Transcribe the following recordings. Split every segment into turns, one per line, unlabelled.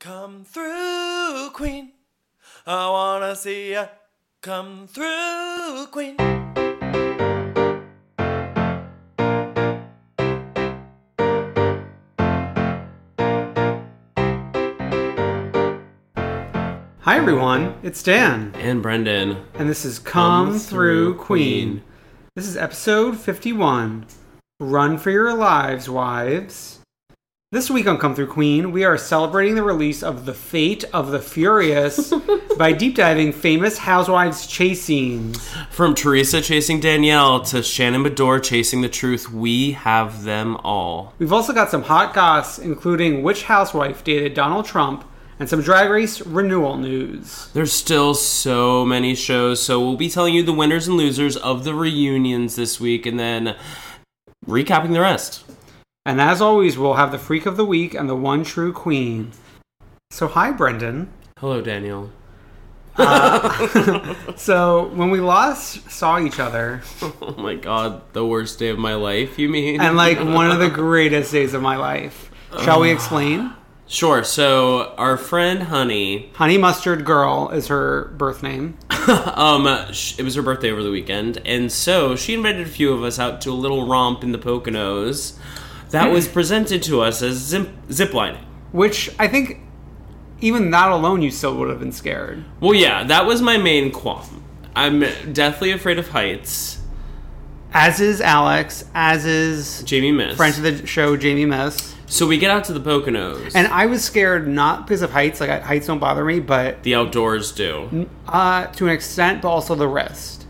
Come through, Queen. I wanna see ya. Come through, Queen.
Hi everyone, it's Dan,
and Brendan.
and this is Come, Through Queen. This is episode 51 Run for Your Lives, Wives. This week on Come Through Queen, we are celebrating the release of The Fate of the Furious by deep diving famous housewives chase scenes.
From Teresa chasing Danielle to Shannon Medore chasing the truth, we have them all.
We've also got some hot goss, including which housewife dated Donald Trump, and some drag race renewal news.
There's still so many shows, so we'll be telling you the winners and losers of the reunions this week and then recapping the rest.
And as always, we'll have the Freak of the Week and the One True Queen. So, hi, Brendan.
Hello, Daniel.
So, when we last saw each other,
Oh my god, the worst day of my life, you mean?
and like one of the greatest days of my life, shall we explain?
sure, so our friend Honey
Honey Mustard Girl is her birth name.
Um, sh- it was her birthday over the weekend, and so she invited a few of us out to a little romp in the Poconos that was
Mm.
presented to us as zip, zip lining.
Which I think, even that alone, you still would have been scared.
Well, yeah, that was my main qualm. I'm deathly afraid of heights.
As is Alex, as is
Jamie missed.
friend of the show, Jamie Miss.
so we get out to the Poconos.
And I was scared not because of heights, like I- heights don't bother me, but
the outdoors do.
uh, to an extent, but also the wrist.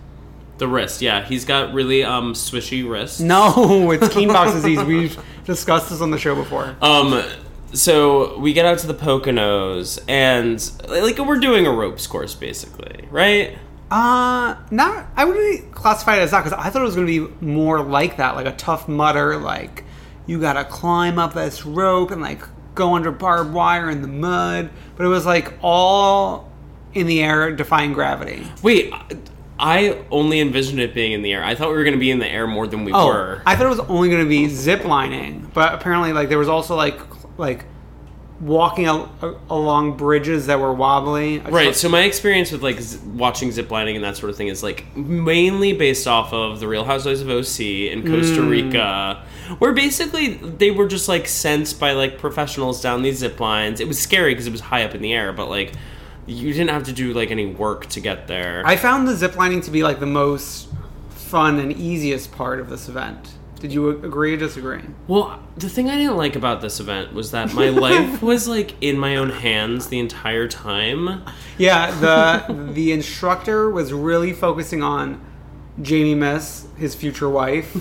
The wrist, yeah. He's got really um swishy wrists.
No, it's keen box disease. We've discussed this on the show before.
Um, so we get out to the Poconos, and like we're doing a ropes course, basically, right?
Uh, not. I wouldn't classify it as that because I thought it was going to be more like that, like a tough mutter, like you got to climb up this rope and like go under barbed wire in the mud. But it was like all in the air, defying gravity.
Wait, I- I only envisioned it being in the air. I thought we were going to be in the air more than we
Oh,
were.
I thought it was only going to be zip lining, but apparently, like there was also like cl- like walking al- a- along bridges that were wobbly.
right. So my experience with like z- watching ziplining and that sort of thing is like mainly based off of the Real Housewives of OC in Costa
Mm.
Rica, where basically they were just like sent by like professionals down these zip lines. It was scary because it was high up in the air, but like you didn't have to do like any work to get there.
I found the zip lining to be like the most fun and easiest part of this event. Did you a- agree or disagree?
Well, the thing I didn't like about this event was that my life was like in my own hands the entire time.
Yeah, the the instructor was really focusing on Jamie Miss, his future wife.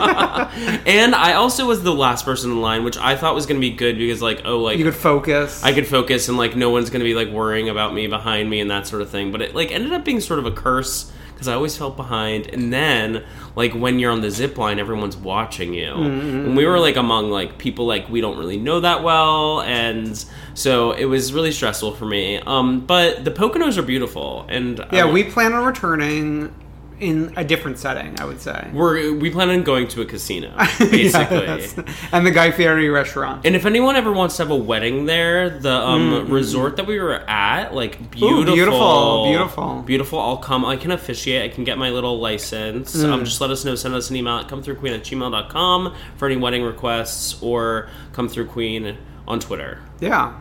And I also was the last person in line, which I thought was going to be good because, like, oh, like
you could focus.
I could focus and like no one's going to be like worrying about me behind me and that sort of thing. But it like ended up being sort of a curse because because I always felt behind. And then, like when you're on the zip line, everyone's watching you.
Mm-hmm,
And we were like among like people like we don't really know that well, and so it was really stressful for me. Um, but the Poconos are beautiful, and I
Yeah,
would-
we plan on returning in a different setting, I would say.
we're, we plan on going to a casino basically.
that's- and the Guy Fieri restaurant.
And if anyone ever wants to have a wedding there, the um, resort that we were at, like beautiful,
Mm-hmm. beautiful, beautiful.
beautiful. I'll come. I can officiate. I can get my little license.
Mm.
Um, just let us know. Send us an email at come through queen at gmail.com for any wedding requests or come through queen on Twitter.
yeah.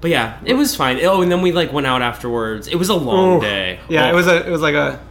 But yeah, it was fine. Oh, and then we like went out afterwards. It was a long
Oof.
day.
Yeah,
Oh.
it was a it was like a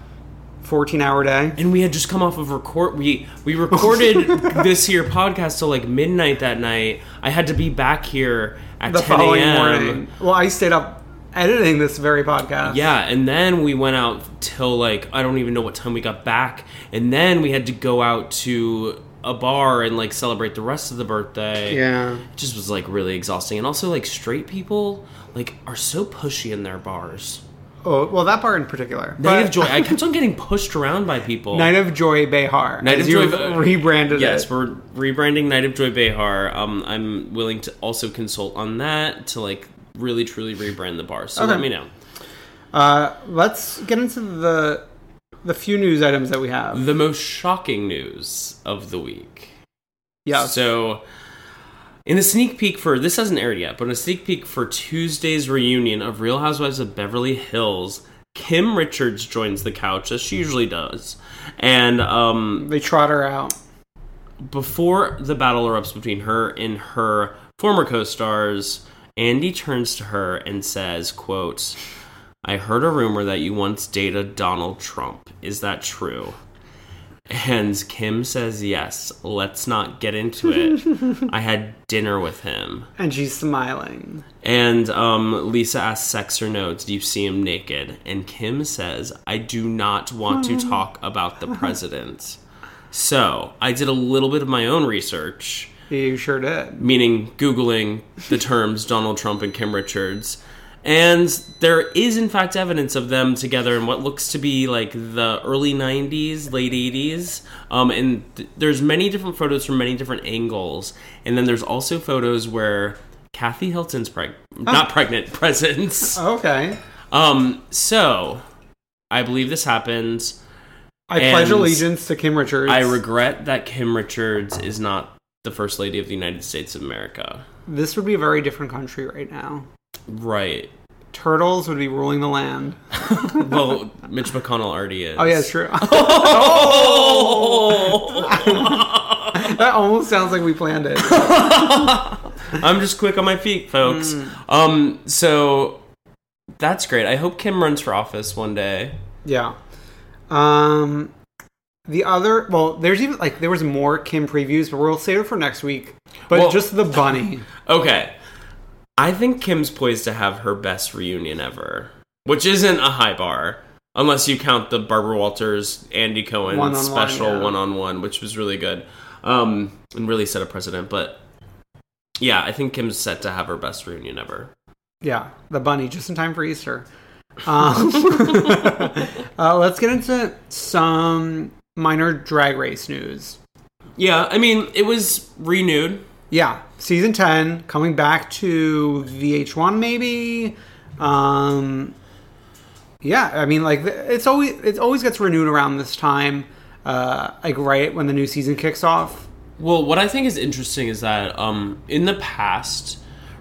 14 hour day.
and we had just come off of record we we
Oh
recorded this here podcast till like midnight that night i had to be back here at
The
10
following
a.m
morning. Well, I stayed up editing this very podcast.
yeah and then we went out till like i don't even know what time we got back and then we had to go out to a bar and like celebrate the rest of the birthday
Yeah.
it just was like really exhausting and also like straight people like are so pushy in their bars
Oh, well, that bar in particular.
night
But-
of joy i kept on getting pushed around by people
Night of Joy Behar.
Night
as
of Joy
you've
Behar.
rebranded
Yes,
it.
we're rebranding Night of Joy Behar. Um, I'm willing to also consult on that to like really truly rebrand the bar. So let
Okay.
me know.
Uh, let's get into the the few news items that we have.
The most shocking news of the week.
Yeah.
So in a sneak peek for this hasn't aired yet, but in a sneak peek for Tuesday's reunion of Real Housewives of Beverly Hills, Kim Richards joins the couch as she usually does, and um,
they trot her out.
before the battle erupts between her and her former co-stars andy turns to her and says quote i heard a rumor that you once dated donald trump is that true and kim says yes let's not get into it i had dinner with him
And she's smiling.
and um, Lisa asks, sex or no? Did you see him naked? And Kim says, I do not want to talk about the president. So I did a little bit of my own research,
You sure did.
meaning Googling the terms Donald Trump and Kim Richards. And there is, in fact, evidence of them together in what looks to be like the early 90s, late 80s. Um, and th- there's many different photos from many different angles. And then there's also photos where Kathy Hilton's pregnant, not pregnant, presence.
Okay.
Um, so I believe this happened.
I
And
pledge allegiance to Kim Richards.
I regret that Kim Richards is not the first lady of the United States of America.
this would be a very different country right now.
Right.
Turtles would be ruling the land.
Well, Mitch McConnell already is.
Oh yeah, it's true.
Oh!
that almost sounds like we planned it.
I'm just quick on my feet, folks.
Mm.
Um, so that's great. I hope Kim runs for office one day.
Yeah. Um the other well, there's even like there was more Kim previews, but we'll save it for next week. But
Well-
just the bunny.
Okay. I think Kim's poised to have her best reunion ever, which isn't a high bar, unless you count the Barbara Walters, Andy Cohen
One-on-one,
special
yeah.
one on one, which was really good um, and really set a precedent. But yeah, I think Kim's set to have her best reunion ever.
Yeah, the bunny, just in time for Easter. Um, uh, let's get into some minor drag race news.
Yeah, I mean, it was renewed.
Yeah, season 10, coming back to VH1, maybe. Um, yeah, I mean, like, th- it's always, it always gets renewed around this time, uh, like right when the new season kicks off.
Well, what I think is interesting is that um, in the past,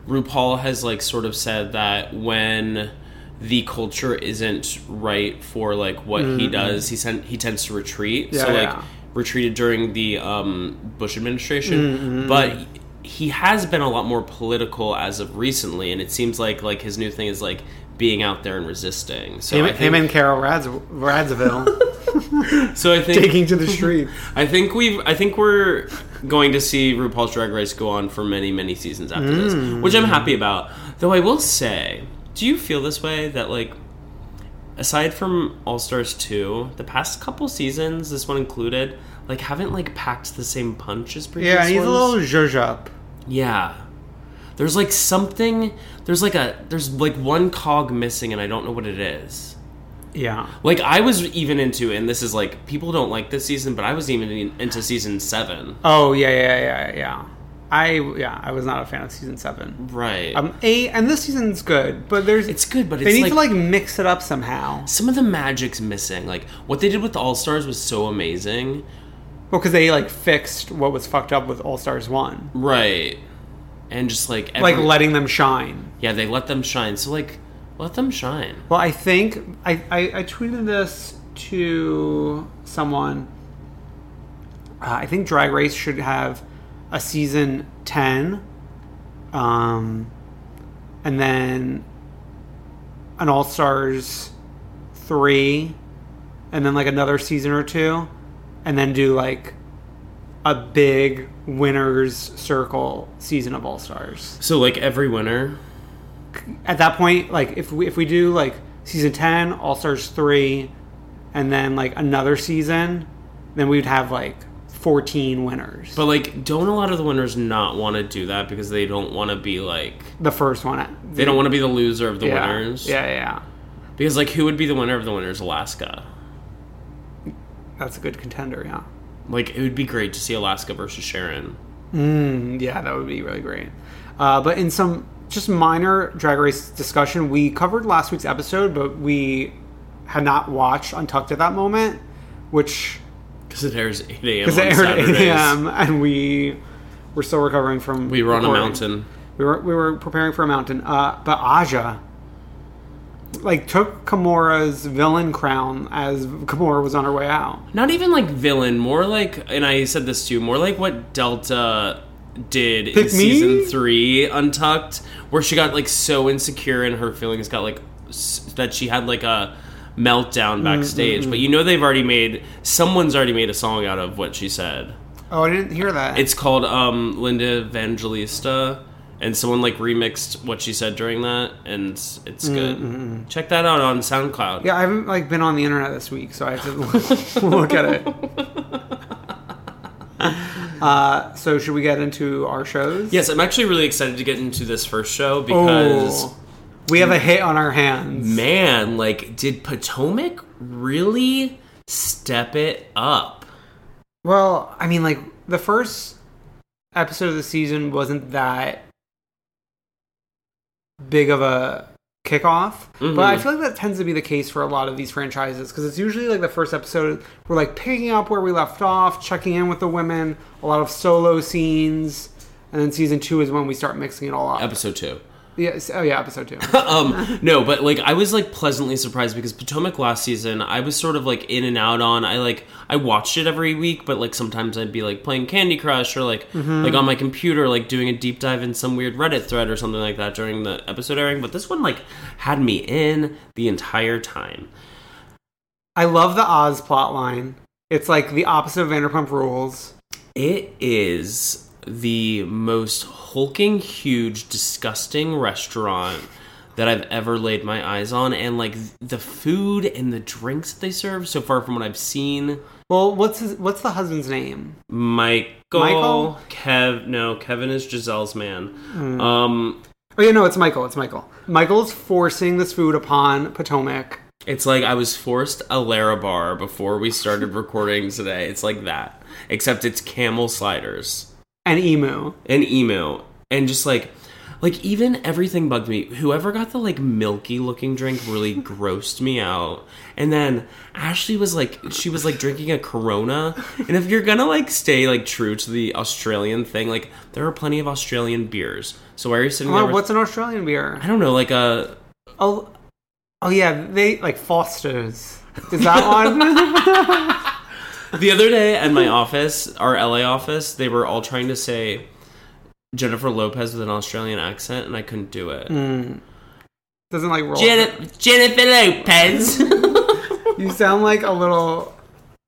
RuPaul has like sort of said that when the culture isn't right for like what he does, he sen- he tends to retreat. so
Mm-hmm. Yeah,
like
yeah.
retreated during the um, Bush
Mm-hmm.
administration, but he has been a lot more political as of recently, and it seems like like his new thing is like being out there and resisting. So
Him,
I
him
think,
and Carol Rads- Radsville
so I think
taking to the streets.
I think we've. I think we're going to see RuPaul's Drag Race go on for many, many seasons after
Hmm.
this, which I'm happy about. Though I will say, do you feel this way that like, aside from All Stars two, the past couple seasons, this one included, like haven't like packed the same punch as previous
Yeah, he's
ones?
a little zhuzh up.
Yeah. There's like something. There's like a. There's like one cog missing, and I don't know what it is.
Yeah.
Like I was even into, and this is like people don't like this season, but I was even in- into season seven.
Oh yeah, yeah, yeah, yeah. I yeah, I was not a fan of season seven.
Right.
Um, a and this season's good, but there's
It's good, but
they
it's
need
like-
to like mix it up somehow.
Some of the magic's missing. Like what they did with the All Stars was so amazing.
Well, because they like fixed what was fucked up with All Stars one,
Right. And just like every,
like letting them shine.
yeah, they let them shine. So like, let them shine.
Well, I think I, I, I tweeted this to someone. Uh, I think Drag Race should have a season 10, um, and then an All Stars 3, and then like another season or two, and then do like a big winners circle season of All Stars
So like every winter,
at that point, like if we if we do like season ten, All Stars three, and then like another season, then we'd have like fourteen winners.
but like, don't a lot of the winners not want to do that because they don't want to be like
the first one,
they don't want to be the loser of the
yeah.
winners.
Yeah, yeah,
Because like, who would be the winner of the winners? Alaska.
yeah. that's a good contender. Yeah,
Like it would be great to see Alaska versus Sharon.
Mm, yeah, that would be really great. Uh, but in some just minor Drag Race discussion, we covered last week's episode, but we had not watched Untucked at that moment, which
Because it airs 8 a.m.
because
on
it aired at
Saturdays.
8 a.m. and we were still recovering from
We were on a
recording.
mountain.
We were we were preparing for a mountain. Uh, but Aja like took Kimura's villain crown as Kimura was on her way out.
Not even like villain, more like, and I said this too, more like what Delta did in
Pick me?
season three, Untucked, where she got like so insecure and her feelings got like s- that she had like a
Mm,
meltdown backstage. But you know they've already made someone's already made a song out of what she said.
Oh, I didn't hear that.
It's called um, Linda Evangelista, and someone like remixed what she said during that, and it's it's good. Check that out on SoundCloud.
Mm, yeah, I haven't like been on the internet this week, so I have to look at it. Uh, so should we get into our shows?
Yes, I'm actually really excited to get into this first show because
Oh, we have a hit on our hands.
man, like, did Potomac really step it up?
Well, I mean, like the first episode of the season wasn't that big of a kickoff, but I feel like that tends to be the case for a lot of these franchises because it's usually like the first episode we're like picking up where we left off, checking in with the women, a lot of solo scenes, and then season two is when we start mixing it all up.
Episode two.
Yes, oh yeah, episode two.
um no but like i was like pleasantly surprised because potomac last season i was sort of like in and out on i like i watched it every week but like sometimes i'd be like playing candy crush or like like on my computer like doing a deep dive in some weird reddit thread or something like that during the episode airing but this one like had me in the entire time
I love the Oz plotline. It's like the opposite of Vanderpump Rules.
It is the most hulking, huge, disgusting restaurant that I've ever laid my eyes on. And like th- the food and the drinks that they serve, so far from what I've seen,
Well, what's his, what's the husband's name?
Michael,
Michael?
Kev, no, Kevin is Giselle's man. Um,
Oh yeah, no, it's Michael. It's Michael. Michael's forcing this food upon Potomac.
it's like I was forced a Larabar before we started recording today. It's like that, except it's camel sliders.
and Emu.
and emo and just like like even everything bugged me whoever got the like milky looking drink really grossed me out and then ashley was like she was like drinking a corona and if you're gonna like stay like true to the australian thing like there are plenty of australian beers so why are you sitting
Oh,
there
what's
with,
an Australian beer?
i don't know like uh, a
Oh, oh yeah, they like Foster's. Is that one?
the other day at my office our la office they were all trying to say jennifer lopez with an australian accent and i couldn't do it
Doesn't like roll.
Jenni- jennifer lopez
You sound like a little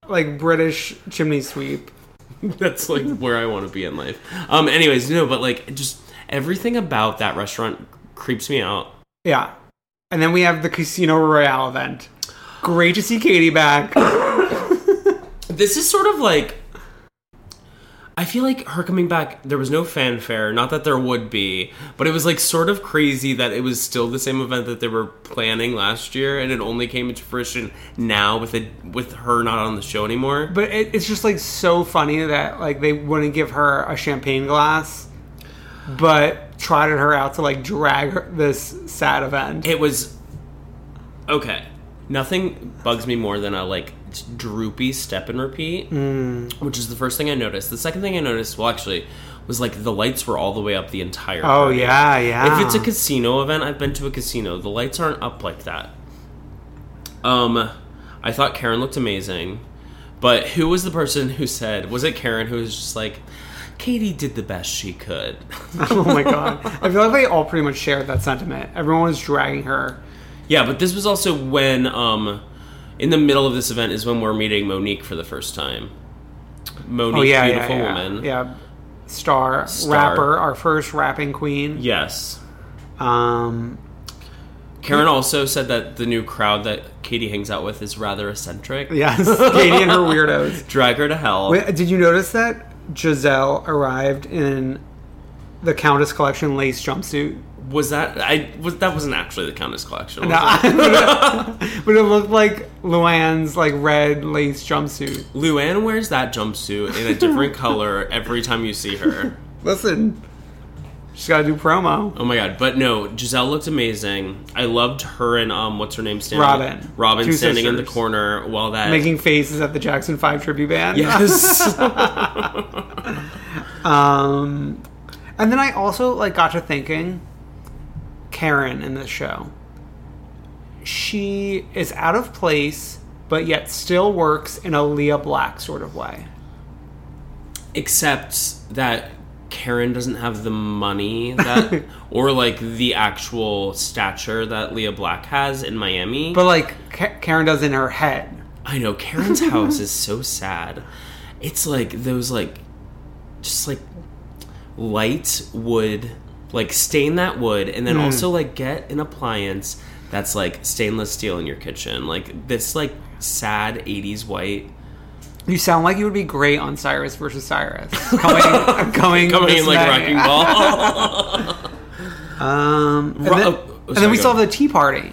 like British chimney sweep.
That's like where I want to be in life. Um. Anyways, no, but like just everything about that restaurant creeps me out.
Yeah. And then we have the Casino Royale event. E Great to see Katie back.
This is sort of like I feel like her coming back, there was no fanfare. Not that there would be, but it was like sort of crazy that it was still the same event that they were planning last year, and it only came into fruition now with it with her not on the show anymore.
But it, it's just like so funny that like they wouldn't give her a champagne glass, but trotted her out to like drag her, this sad event.
It was okay. Nothing bugs me more than a like droopy step and repeat,
Mm.
which is the first thing I noticed. The second thing I noticed, well, actually, was like the lights were all the way up the entire.
oh
party.
yeah, yeah.
If it's a casino event, I've been to a casino. The lights aren't up like that. Um, I thought Karen looked amazing, but who was the person who said? Was it Karen who was just like, Katie did the best she could.
oh my god, I feel like they all pretty much shared that sentiment. Everyone was dragging her.
yeah, but this was also when, um, in the middle of this event is when we're meeting Monique for the first time. Monique,
Oh yeah, yeah,
beautiful
yeah,
woman.
yeah. Star,
Star.
rapper, our first rapping queen.
Yes.
Um,
Karen also said that the new crowd that Katie hangs out with is rather eccentric.
yes, Katie and her weirdos.
Drag her to hell.
Wait, did you notice that Giselle arrived in the Countess Collection lace jumpsuit?
Was that I was that wasn't actually the Countess collection. was
No,
it?
but it looked like Luann's like red lace jumpsuit.
Luann wears that jumpsuit in a different color every time you see her.
Listen, she's got to do promo.
Oh my god! But no, Giselle looked amazing. I loved her and um, what's her name standing?
Robin.
Robin
Two
standing in the
sisters.
corner while that
Making faces at the Jackson Five tribute band.
yes.
Um, and then I also like got to thinking, Karen in this show. She is out of place, but yet still works in a Leah Black sort of way.
Except that Karen doesn't have the money that, or like the actual stature that Leah Black has in Miami.
But like Ka- Karen does in her head.
I know Karen's house is so sad. It's like those like just like light wood, like stain that wood and then
Hmm.
also like get an appliance that's like stainless steel in your kitchen. Like this like sad 80s white
You sound like you would be great on Cyrus versus Cyrus. Coming, I'm coming,
coming
this
in like
May.
wrecking ball.
Um, and
Ro-
then,
oh, oh,
and
sorry,
then we
go
saw the
ahead.
tea party.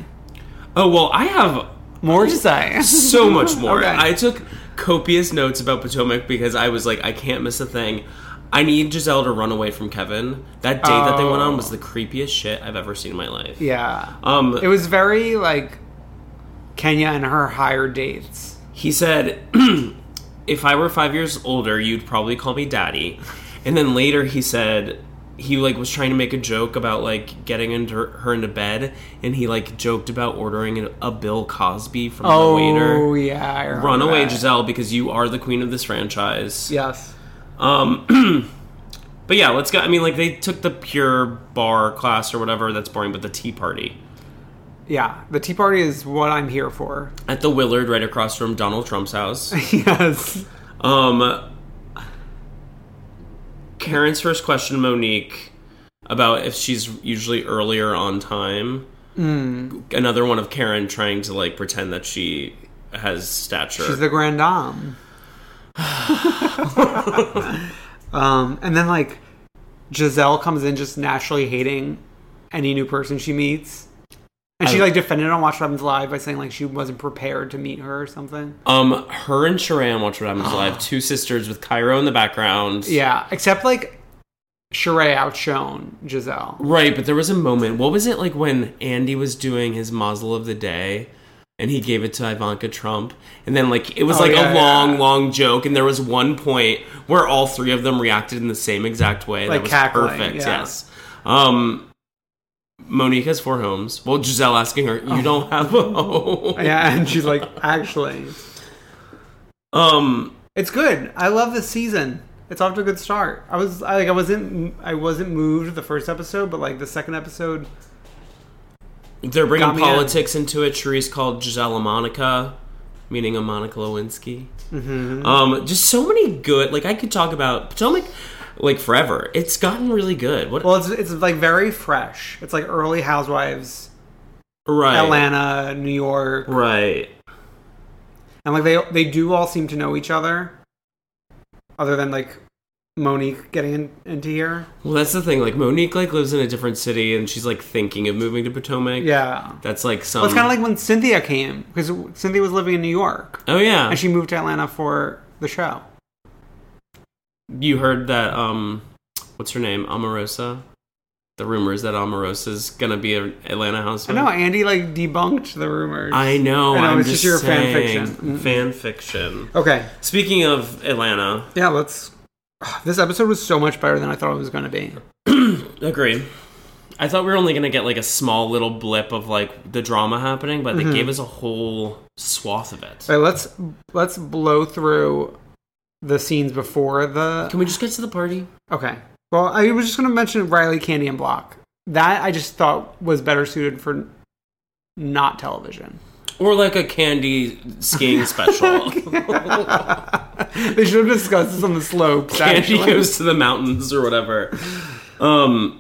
oh well, I have
More to say.
so much more.
Okay.
I took copious notes about Potomac because I was like, I can't miss a thing. I need Giselle to run away from Kevin. That date that they went on was the creepiest shit I've ever seen in my life.
yeah,
Um,
it was very like Kenya and her higher dates.
he said, "If I were five years older, you'd probably call me daddy." And then later, he said he like was trying to make a joke about like getting into her, her into bed, and he like joked about ordering a, a Bill Cosby from
Oh
the waiter.
yeah, I remember
Run away,
that.
Giselle, because you are the queen of this franchise.
Yes.
Um, but yeah, let's go. I mean, like they took the pure bar class or whatever. That's boring, but the tea party
Yeah, the tea party is what I'm here for.
at the Willard, right across from Donald Trump's house.
yes.
Um, Karen's first question to Monique about if she's usually earlier on time.
Hmm.
Another one of Karen trying to like pretend that she has stature.
She's the grand dame. um, and then like Giselle comes in just naturally hating any new person she meets. And she
I-
like defended on Watch What Happens Live by saying like she wasn't prepared to meet her or something.
um, her and Sharam watch what happens live. Two sisters with Cairo in the background.
Yeah, except like Sheree outshone Giselle.
Right, but there was a moment. What was it like when Andy was doing his muzzle of the day and he gave it to Ivanka Trump? And then, like, it was
Oh,
like
yeah,
a long,
yeah.
long joke. And there was one point where all three of them reacted in the same exact way.
Like
that was
cackling,
perfect.
yeah.
Yes. Um, Monique has four homes. Well, Giselle asking her, You don't have a home.
Oh. Yeah, and she's like, actually.
Um,
It's good. I love this season. It's off to a good start. I was I, like I wasn't I wasn't moved the first episode, but like the second episode,
they're bringing
Got me in.
politics into it. Cherise called Giselle a Monica, meaning a Monica Lewinsky. Mm-hmm. Um, just so many good. Like I could talk about Potomac, like forever. It's gotten really good. What
well, it's it's like very fresh. It's like early Housewives,
right,
Atlanta, New York,
right?
and like they they do all seem to know each other, other than like Monique getting in, into here.
Well, that's the thing. Like Monique, like lives in a different city, and she's like thinking of moving to Potomac.
Yeah.
that's like um, some.
Well, it's kind of like when Cynthia came because Cynthia was living in New York
Oh yeah,
and she moved to Atlanta for the show.
you heard that? Um, what's her name? Omarosa. The rumor is that Omarosa's gonna be an Atlanta
I
housewife.
know Andy like debunked the rumors.
I know.
I know,
I'm
it's just
just
your fan
saying.
fiction. Mhm.
Fan fiction.
Okay,
Speaking of Atlanta,
yeah, let's. This episode was so much better than I thought it was going to be.
Agreed. I thought we were only going to get like a small little blip of like the drama happening, but they
Mm-hmm.
gave us a whole swath of it.
All right, let's let's blow through the scenes before the
Can we just get to the party?
Okay. Well, I was just going to mention Riley Candy and Block. That I just thought was better suited for not television.
Or like a candy skiing special.
They should have discussed this on the slopes.
candy
actually.
goes to the mountains or whatever. Um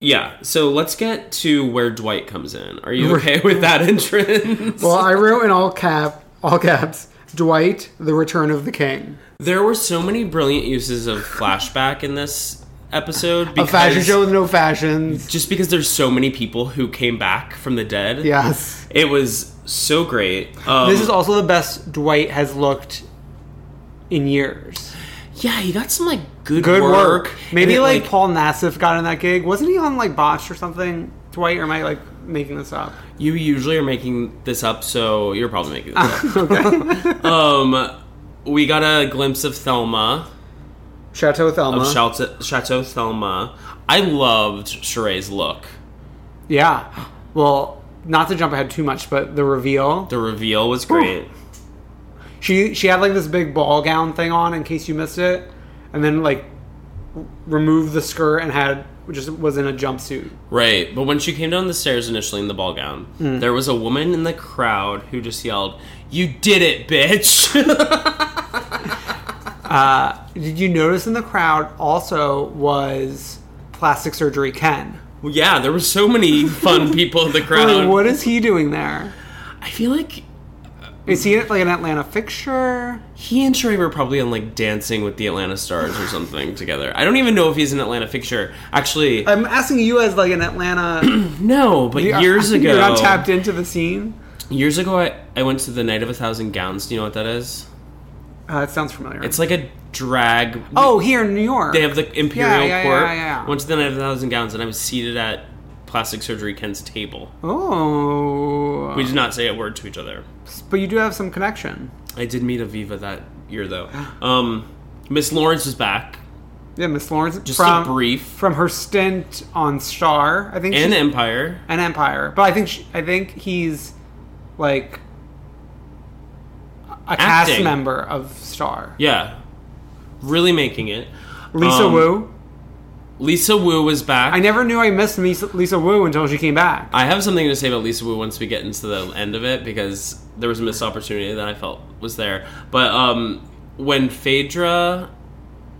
Yeah, so let's get to where Dwight comes in. Are you okay with that entrance?
Well, I wrote in all cap, all caps. Dwight, the return of the king.
there were so many brilliant uses of flashback in this episode
A
because
fashion show with no fashions.
just because there's so many people who came back from the dead.
Yes.
It was so great. Um,
this is also the best Dwight has looked in years.
yeah, he got some like good,
Good
work.
work. Maybe
And it,
like, Paul Nassif got in that gig. Wasn't he on like Botched or something? Dwight, or am I like making this up?
you usually are making this up, so you're probably making this up. um, we got a glimpse of Thelma
Chateau Thelma.
of Chateau, Chateau Thelma. I loved Sheree's look.
Yeah. Well, not to jump ahead too much, but the reveal.
The reveal was great.
She she had like this big ball gown thing on in case you missed it, and then like r- removed the skirt and had just was in a jumpsuit.
Right, but when she came down the stairs initially in the ball gown,
Mm.
there was a woman in the crowd who just yelled, "You did it, bitch!"
Did you notice in the crowd also was plastic surgery Ken?
Well, yeah, there were so many fun people in the crowd.
Like, what is he doing there?
I feel like
Is he like an Atlanta fixture?
he and Sheree were probably on like Dancing with the Atlanta Stars or something together. I don't even know if he's an Atlanta fixture. Actually,
I'm asking you as like an Atlanta.
no, but years ago,
you're not tapped into the scene.
years ago, I, I went to the Night of a Thousand Gowns. Do you know what that is?
Uh, it sounds familiar.
It's like a drag.
oh, here in New York,
they have the Imperial
Yeah, yeah,
Court.
yeah, yeah.
Went to the Night of a Thousand Gowns, and I was seated at Plastic Surgery Ken's table.
Oh,
We did not say a word to each other.
but you do have some connection.
I did meet Aviva that year, though. Um, Miss Lawrence was back.
Yeah, Miss Lawrence.
Just
from,
a brief.
from her stint on Star. I think
and
she's-
Empire.
and Empire, but I think she, I think he's like a cast
Acting.
member of Star.
Yeah. Really making it.
Lisa
Um,
Wu.
Lisa Wu was back.
I never knew I missed Lisa, Lisa Wu until she came back.
I have something to say about Lisa Wu once we get into the end of it because there was a missed opportunity that I felt was there. But um, when Phaedra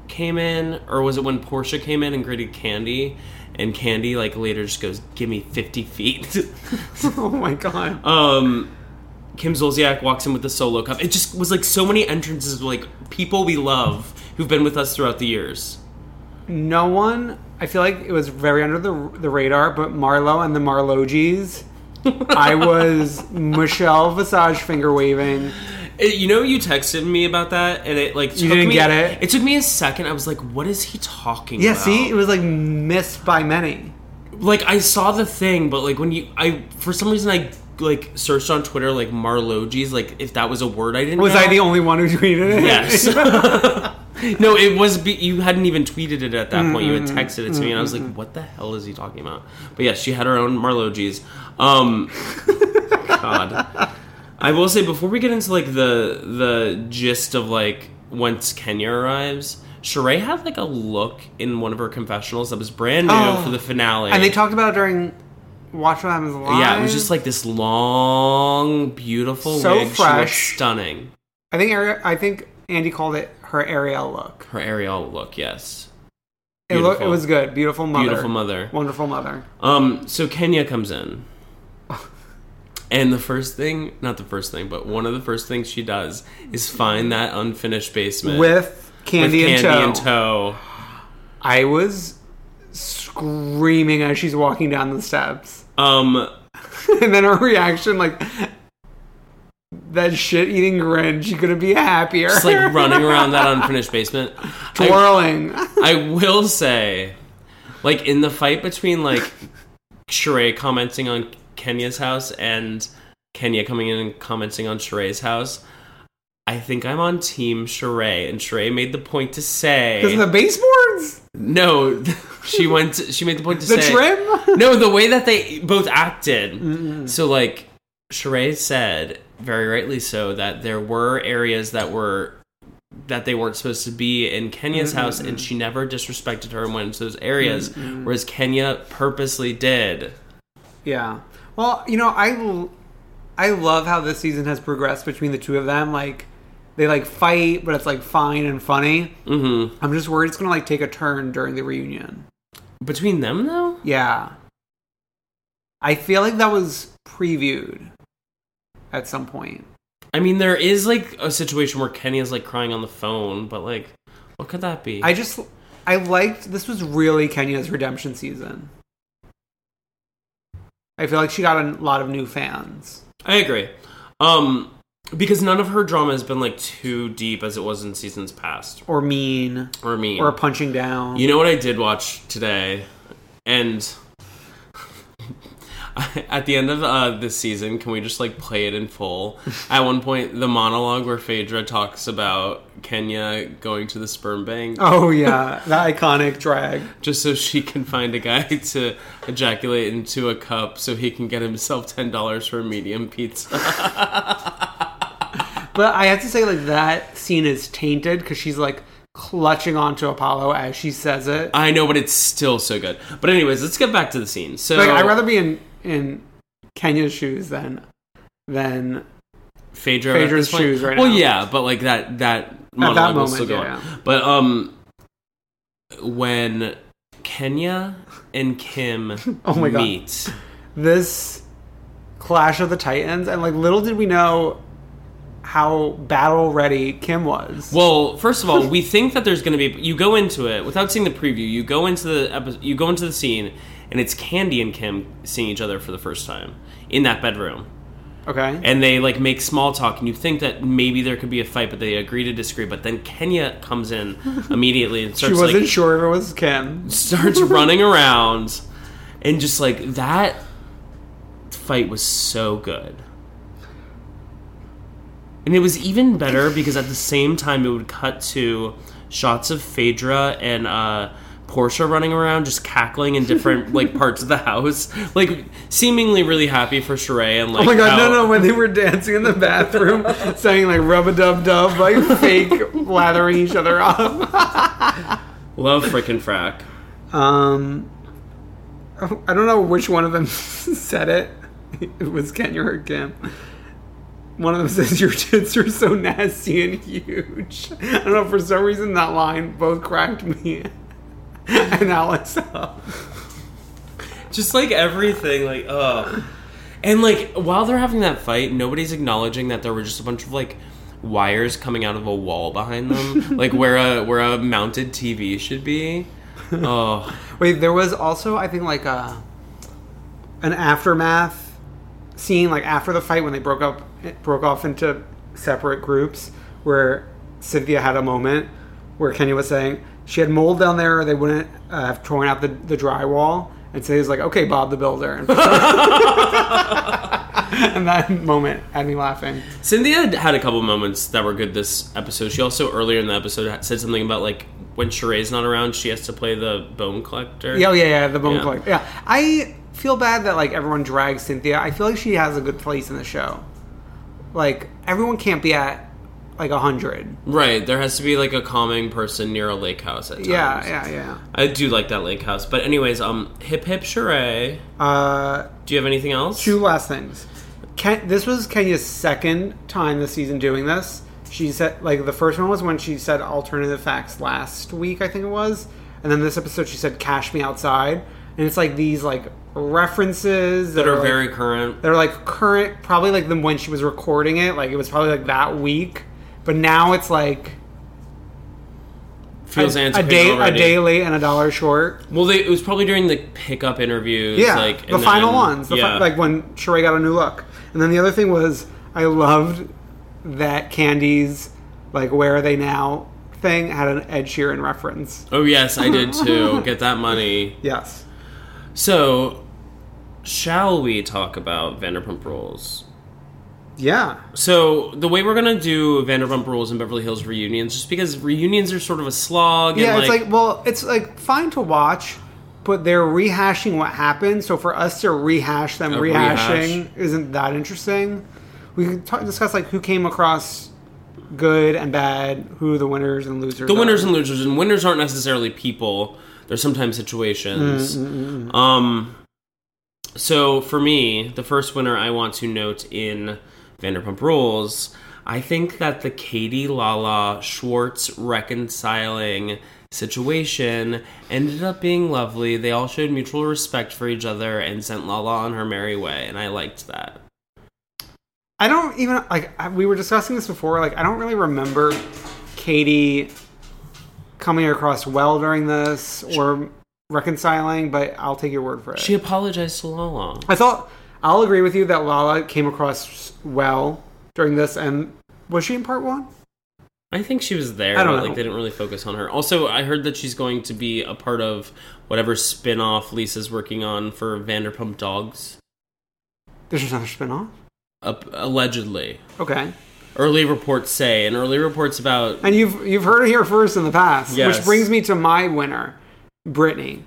came in, or was it when Portia came in and greeted Candy, and Candy like later just goes, "Give me fifty feet."
oh my god!
um, Kim Zolciak walks in with the solo cup. It just was like so many entrances, of, like people we love who've been with us throughout the years.
no one. I feel like it was very under the the radar, but Marlo and the Marlogies. I was Michelle Visage finger waving.
It- you know, you texted me about that, and it like took
didn't
me,
get it?
It took me a second. I was like, "What is he talking?"
Yeah,
about?
see, it was like missed by many.
like I saw the thing, but like when you, I for some reason I like searched on Twitter like Marlogies, like if that was a word I didn't.
Was
know.
I the only one who tweeted it?
Yes. no, it was. Be- you hadn't even tweeted it at that point. You had
Mm-hmm.
texted it to me, and I was like, "What the hell is he talking about?" But yeah, she had her own Marlogies. Um, God, I will say before we get into like the the gist of like once Kenya arrives. Sheree had like a look in one of her confessionals that was brand new for the finale.
Oh. And they talked about it during Watch What Happens Live.
Yeah, it was just like this long, beautiful
So
wig. She looked
fresh.
stunning.
I think Ari- I think Andy called it her Ariel look.
Her Ariel look, yes.
It, look,
Beautiful.
it was good. Beautiful mother.
Beautiful mother.
Wonderful mother.
Um, so Kenya comes in. And the first thing, not the first thing, but one of the first things she does is find that unfinished basement
With Candy and
with Candy
Toe.
and Toe.
I was screaming as she's walking down the steps.
Um,
and then her reaction, like that shit eating grin, she couldn't be happier.
just like running around that unfinished basement. I,
twirling.
I will say, like in the fight between like Sheree commenting on Kenya's house and Kenya coming in and commenting on Sheree's house. I think I'm on Team Sheree, and Sheree made the point to say
Because the baseboards?
No, she went. she made the point to
The
say
trim?
No, the way that they both acted. So like, Sheree said very rightly so that there were areas that were that they weren't supposed to be in Kenya's
Mm-hmm,
house, and she never disrespected her and went into those areas,
Mm-hmm.
whereas Kenya purposely did.
Yeah. Well, you know, I l- I love how this season has progressed between the two of them. Like they like fight, but it's like fine and funny.
Mm-hmm.
I'm just worried it's gonna like take a turn during the reunion.
Between them though,
Yeah. I feel like that was previewed at some point.
I mean, there is like a situation where Kenya's like crying on the phone, but like, what could that be?
I just I liked this was really Kenya's redemption season. I feel like she got a lot of new fans.
I agree. Um because none of her drama has been like too deep as it was in seasons past
Or mean.
or me.
Or punching down.
you know what I did watch today and at the end of uh, this season, can we just like play it in full? At one point, the monologue where Phaedra talks about Kenya going to the sperm bank
oh yeah. That iconic drag.
just so she can find a guy to ejaculate into a cup so he can get himself $10 for a medium pizza.
But I have to say, like that scene is tainted because she's like clutching onto Apollo as she says it.
I know, but it's still so good. But anyways, let's get back to the scene. So
like I'd rather be in in Kenya's shoes than than Phaedra's
Phaedra at this point-
shoes right
well,
now.
yeah, but like that that monologue will
moment,
still go
yeah,
on. But um, when Kenya and Kim
Oh my God.
meet,
this clash of the titans. And like little did we know how battle ready Kim was.
well, first of all, we think that there's going to be. You go into it without seeing the preview. You go into the episode. You go into the scene, and it's Candy and Kim seeing each other for the first time in that bedroom.
okay,
and they like make small talk and you think that maybe there could be a fight but they agree to disagree but then kenya comes in immediately and
she
starts
wasn't
like
sure if it was Kim.
starts running around and just like that fight was so good and it was even better because at the same time it would cut to shots of phaedra and uh Portia running around just cackling in different like parts of the house, like seemingly really happy for Sheree and
Oh
like
my god,
how-
no, no, when they were dancing in the bathroom, saying like rub a dub dub, like fake lathering each other up.
Love frickin' frack.
Um, I don't know which one of them said it. It was Kenya or Kim. One of them says, "Your tits are so nasty and huge." I don't know for some reason that line both cracked me and Alex up.
Just like everything, like ugh. And like while they're having that fight, nobody's acknowledging that there were just a bunch of like wires coming out of a wall behind them, like where a where a mounted TV should be. Oh,
Wait, there was also I think like a an aftermath scene, like after the fight when they broke up, broke off into separate groups, where Cynthia had a moment where Kenya was saying she had mold down there, or they wouldn't uh, have torn out the, the drywall, and Cynthia's like, "Okay, Bob the Builder," and, and that moment had me laughing.
Cynthia had- had a couple moments that were good this episode. She also earlier in the episode had- said something about like when Sheree's not around, she has to play the bone collector.
Yeah, oh, yeah, yeah, the bone
Yeah.
collector. Yeah, I feel bad that like everyone drags Cynthia. I feel like she has a good place in the show. Like everyone can't be at like a hundred.
Right. There has to be like a calming person near a lake house at times.
Yeah, yeah, yeah.
I do like that lake house. But anyways, um, hip hip Sheree.
Uh,
Do you have anything else?
two last things. Ken- this was Kenya's second time this season doing this. She said like the first one was when she said alternative facts last week, I think it was, and then this episode she said "cash me outside," and it's like these like references
that are
like,
very current.
they're like current probably like them when she was recording it like it was probably like that week but now it's like
feels
a, a
antiquated
day
already.
a day late and a dollar short.
Well, they, it was probably during the pickup interviews.
Yeah,
like
the
and
final
then-
ones, the
yeah.
fi- like when Sheree got a new look. And then the other thing was I loved that Candy's like where are they now thing had an Ed Sheeran reference.
oh yes, I did too. Get that money.
Yes.
So, shall we talk about Vanderpump Rules?
Yeah.
So the way we're gonna do Vanderpump Rules and Beverly Hills reunions, just because reunions are sort of a slog.
Yeah,
and,
it's like well, it's like fine to watch, but they're rehashing what happened. So for us to rehash them,
A
rehashing
rehash.
isn't that interesting. We can talk, discuss like who came across good and bad, who the winners and losers.
the
are.
winners and losers, and winners aren't necessarily people. They're sometimes situations. Um, so for me, the first winner I want to note in Vanderpump Rules, I think that the Katie Lala Schwartz reconciling situation ended up being lovely. They all showed mutual respect for each other and sent Lala on her merry way, and I liked that.
I don't even like. I, we were discussing this before. Like, I don't really remember Katie coming across well during this or reconciling, but I'll take your word for it.
She apologized to Lala.
I thought I'll agree with you that Lala came across well during this, and was she in part one?
I think she was there,
I don't
but
know.
like they didn't really focus on her. Also, I heard that she's going to be a part of whatever spin-off Lisa's working on for Vanderpump Dogs,
There's another spinoff.
up, allegedly.
Okay,
Early reports say, and early reports about
and you've you've heard it here first in the past,
Yes.
which brings me to my winner, Brittany.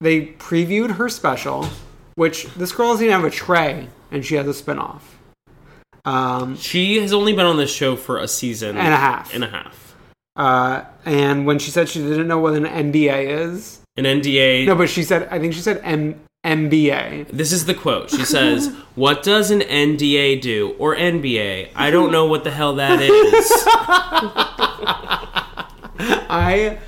They previewed her special, which this girl doesn't even have a tray, and she has a spinoff. Um,
she has only been on this show for a season
And a half.
and a half.
Uh, and when she said she didn't know what an MBA is,
An NDA.
no, but she said I think she said M- MBA.
This is the quote. She says, "What does an NDA do or NBA? I don't know what the hell that is."
I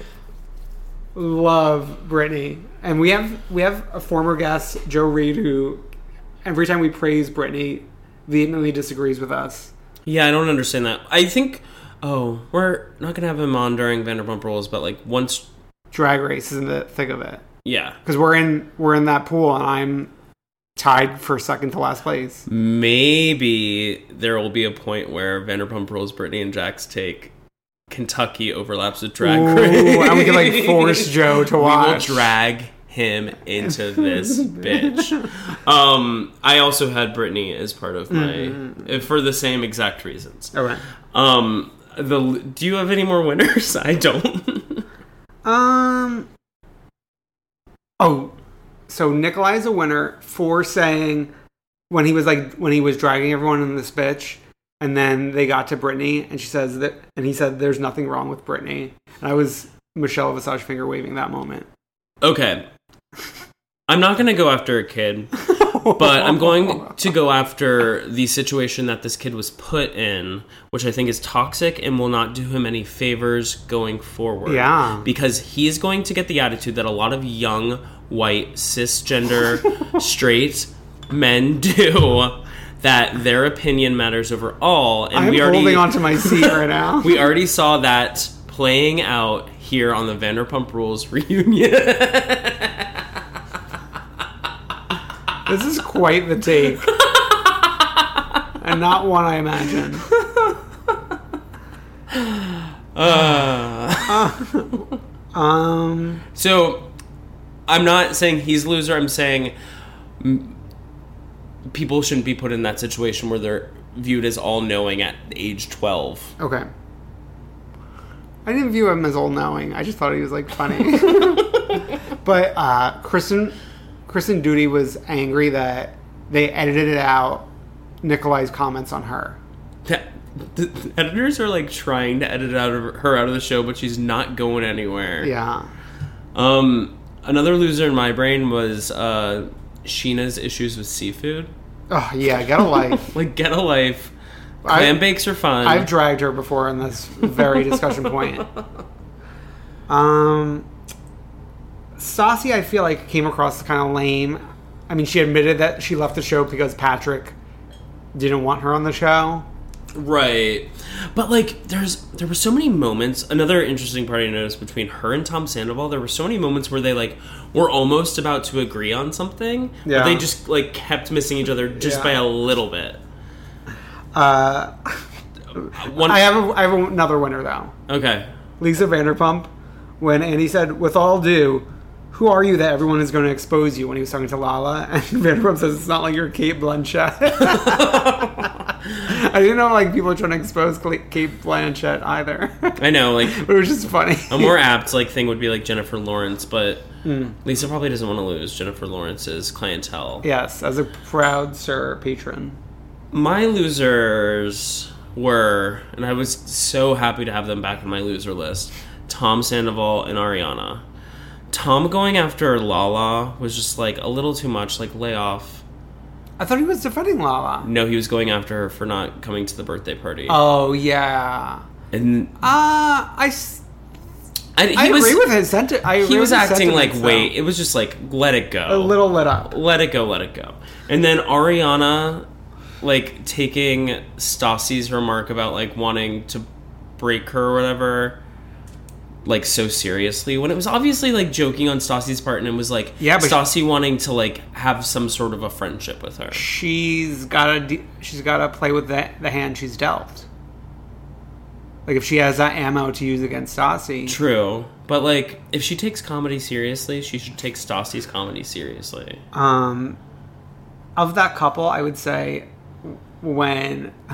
love Brittany, and we have we have a former guest, Joe Reed, who every time we praise Brittany, vehemently disagrees with us.
Yeah, I don't understand that. I think, oh, we're not gonna have him on during Vanderpump Rules, but like once,
Drag Race is in the thick of it
yeah,
because we're in we're in that pool, and I'm tied for second to last place.
maybe there will be a point where Vanderpump Rules, Brittany and Jax take Kentucky overlaps with Drag
Ooh,
Race.
and we can like force Joe to
We will
watch.
drag him into this bitch. Um, I also had Brittany as part of my uh, for the same exact reasons.
Mm-hmm. All right.
Um, the do you have any more winners? I don't.
Um. Oh, so Nikolai is a winner for saying when he was like when he was dragging everyone in this bitch, and then they got to Brittany, and she says that, and he said, "There's nothing wrong with Brittany," and I was Michelle Visage finger waving that moment.
Okay. I'm not going to go after a kid, but I'm going to go after the situation that this kid was put in, which I think is toxic and will not do him any favors going forward.
Yeah.
Because he is going to get the attitude that a lot of young, white, cisgender, straight men do that their opinion matters over all. And
I'm
we already,
holding on to my seat right now.
we already saw that playing out here on the Vanderpump Rules reunion.
this is quite the take, and not one I imagine. Um.
So, I'm not saying he's a loser. I'm saying mm, people shouldn't be put in that situation where they're viewed as all knowing at age 12.
Okay. I didn't view him as all knowing. I just thought he was like funny. but uh, Kristen, Kristen Duty was angry that they edited out Nikolai's comments on her.
That, the, the editors are like trying to edit out of her out of the show, but she's not going anywhere.
Yeah.
Um, another loser in my brain was uh, Sheena's issues with seafood.
Oh yeah, get a life.
Like, get a life.
I-
Clam bakes are fun.
I've dragged her before on this very discussion point. Um, Saucy, I feel like came across kind of lame. I mean, she admitted that she left the show because Patrick didn't want her on the show.
Right. But like there's there were so many moments. Another interesting part I noticed between her and Tom Sandoval, there were so many moments where they like were almost about to agree on something.
Yeah.
But they just like kept missing each other just
Yeah.
by a little bit.
Uh,
One
I have a, I have another winner though.
Okay.
Lisa Vanderpump, when Andy said, "With all due, who are you that everyone is going to expose you?" When he was talking to Lala, and Vanderpump says, "It's not like you're Kate Blanchett." I didn't know like people were trying to expose Cla- Kate Blanchett either, but
I know, like
it was just funny.
a more apt like thing would be like Jennifer Lawrence, but
Hmm.
Lisa probably doesn't want to lose Jennifer Lawrence's clientele.
yes, as a proud sir patron.
My losers were, and I was so happy to have them back in my loser list Tom Sandoval and Ariana. Tom going after Lala was just like a little too much, like lay off.
I thought he was defending Lala.
No, he was going after her for not coming to the birthday party.
Oh yeah.
and
Uh, I, s-
and he
I
was,
agree with his sentiment.
He was acting like, wait, it was just like, let it go.
a little lit up.
let it go, let it go. And then Ariana, like taking Stassi's remark about like wanting to break her or whatever, like so seriously when it was obviously like joking on Stassi's part and it was like
Yeah, but-
Stassi wanting to like have some sort of a friendship with her.
she's gotta de- she's gotta play with the, the hand she's dealt. Like if she has that ammo to use against Stassi,
True, but like if she takes comedy seriously, she should take Stassi's comedy seriously.
um, of that couple, I would say when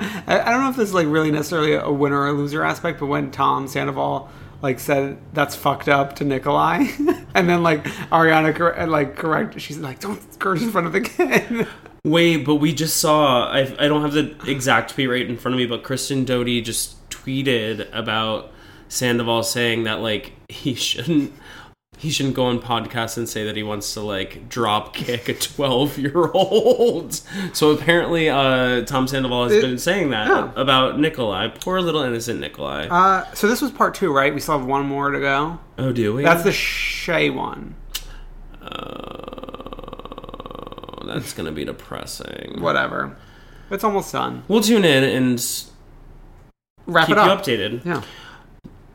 I, I don't know if this is like really necessarily a winner or loser aspect, but when Tom Sandoval like said that's fucked up to Nikolai, and then like Ariana cor- like correct, she's like don't curse in front of the kid.
Wait, but we just saw. I, I don't have the exact tweet right in front of me, but Kristen Doty just tweeted about Sandoval saying that like he shouldn't he shouldn't go on podcasts and say that he wants to like drop kick a twelve year old. So apparently, uh, Tom Sandoval has been saying that
yeah.
about Nikolai, poor little innocent Nikolai.
uh, so this was part two, right? We still have one more to go.
oh, do we?
That's the Shay one.
Oh, that's gonna be depressing.
Whatever. It's almost done.
We'll tune in and s-
Wrap
keep
it
you
up.
updated.
Yeah.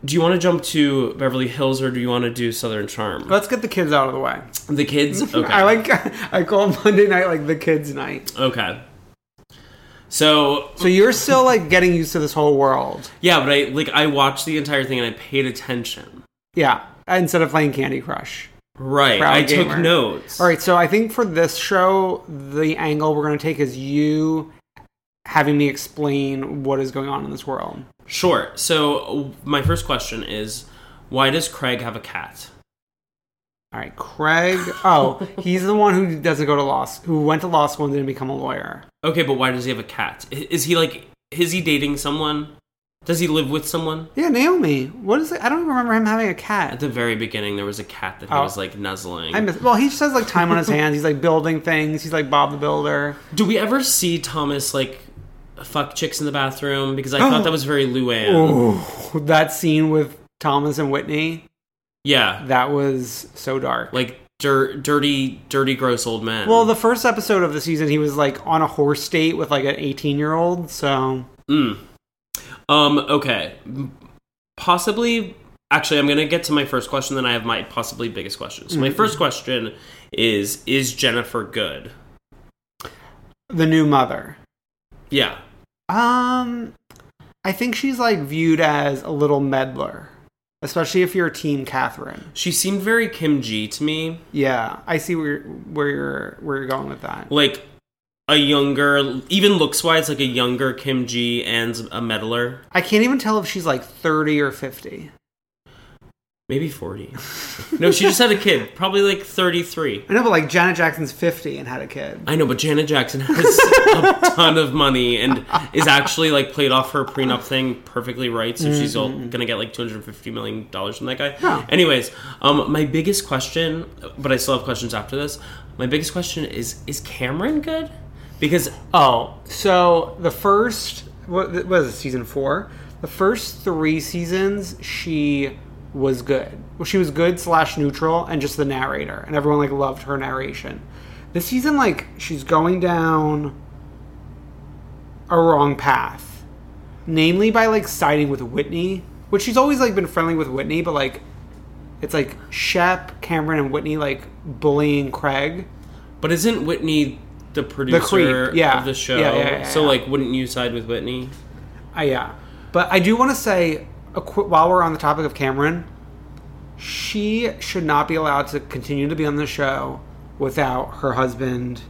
Do you want to jump to Beverly Hills or do you want to do Southern Charm?
Let's get the kids out of the way.
the kids. Okay.
I like I call Monday night like the kids night.
Okay. So
So you're still like getting used to this whole world.
yeah, but I like I watched the entire thing and I paid attention.
Yeah. Instead of playing Candy Crush.
Right.
Proud
I
gamer.
took notes.
All right, so I think for this show the angle we're going to take is you having me explain what is going on in this world.
Sure. So my first question is, why does Craig have a cat?
All right, Craig. Oh, he's the one who doesn't go to law, s- who went to law school and didn't become a lawyer.
Okay, but why does he have a cat? I- Is he like is he dating someone? Does he live with someone?
Yeah, Naomi. What is it? I don't remember him having a cat.
At the very beginning, there was a cat that he
Oh.
was like nuzzling.
I miss. Well, he just has like time on his hands. He's like building things. He's like Bob the Builder.
Do we ever see Thomas like fuck chicks in the bathroom? Because I thought that was very Luann.
Oh, that scene with Thomas and Whitney.
Yeah,
That was so dark.
like dir- dirty, dirty, gross old men.
well, the first episode of the season, he was like on a horse date with like an eighteen-year-old. So
Mm. Um. Okay. M- Possibly. Actually, I'm gonna get to my first question. Then I have my possibly biggest question. So
Mm-hmm.
my first question is: Is Jennifer good?
the new mother.
Yeah.
Um, I think she's like viewed as a little meddler, especially if you're Team Catherine.
She seemed very Kim G to me,
Yeah, I see where where you're where you're going with that.
like a younger, even looks wise, like a younger Kim G and a meddler,
I can't even tell if she's like thirty or fifty.
maybe forty. no, she just had a kid, probably like thirty-three.
I know, but like Janet Jackson's fifty and had a kid.
I know, but Janet Jackson has a ton of money and is actually like played off her prenup thing perfectly right. So she's all
Mm-hmm.
gonna get like two hundred fifty million dollars from that guy.
Yeah.
Anyways, um, my biggest question, but I still have questions after this. My biggest question is: Is Cameron good? Because
Oh, so the first what what was it, season four? The first three seasons, she was good. Well, she was good slash neutral, and just the narrator, and everyone like loved her narration. This season, like she's going down a wrong path, namely by like siding with Whitney, which she's always like been friendly with Whitney, but like it's like Shep, Cameron, and Whitney like bullying Craig.
But isn't Whitney the producer
yeah.
of the show?
Yeah, yeah, yeah,
so
yeah.
like, wouldn't you side with Whitney?
Uh, yeah, but I do want to say a qu- while we're on the topic of Cameron, she should not be allowed to continue to be on the show without her husband.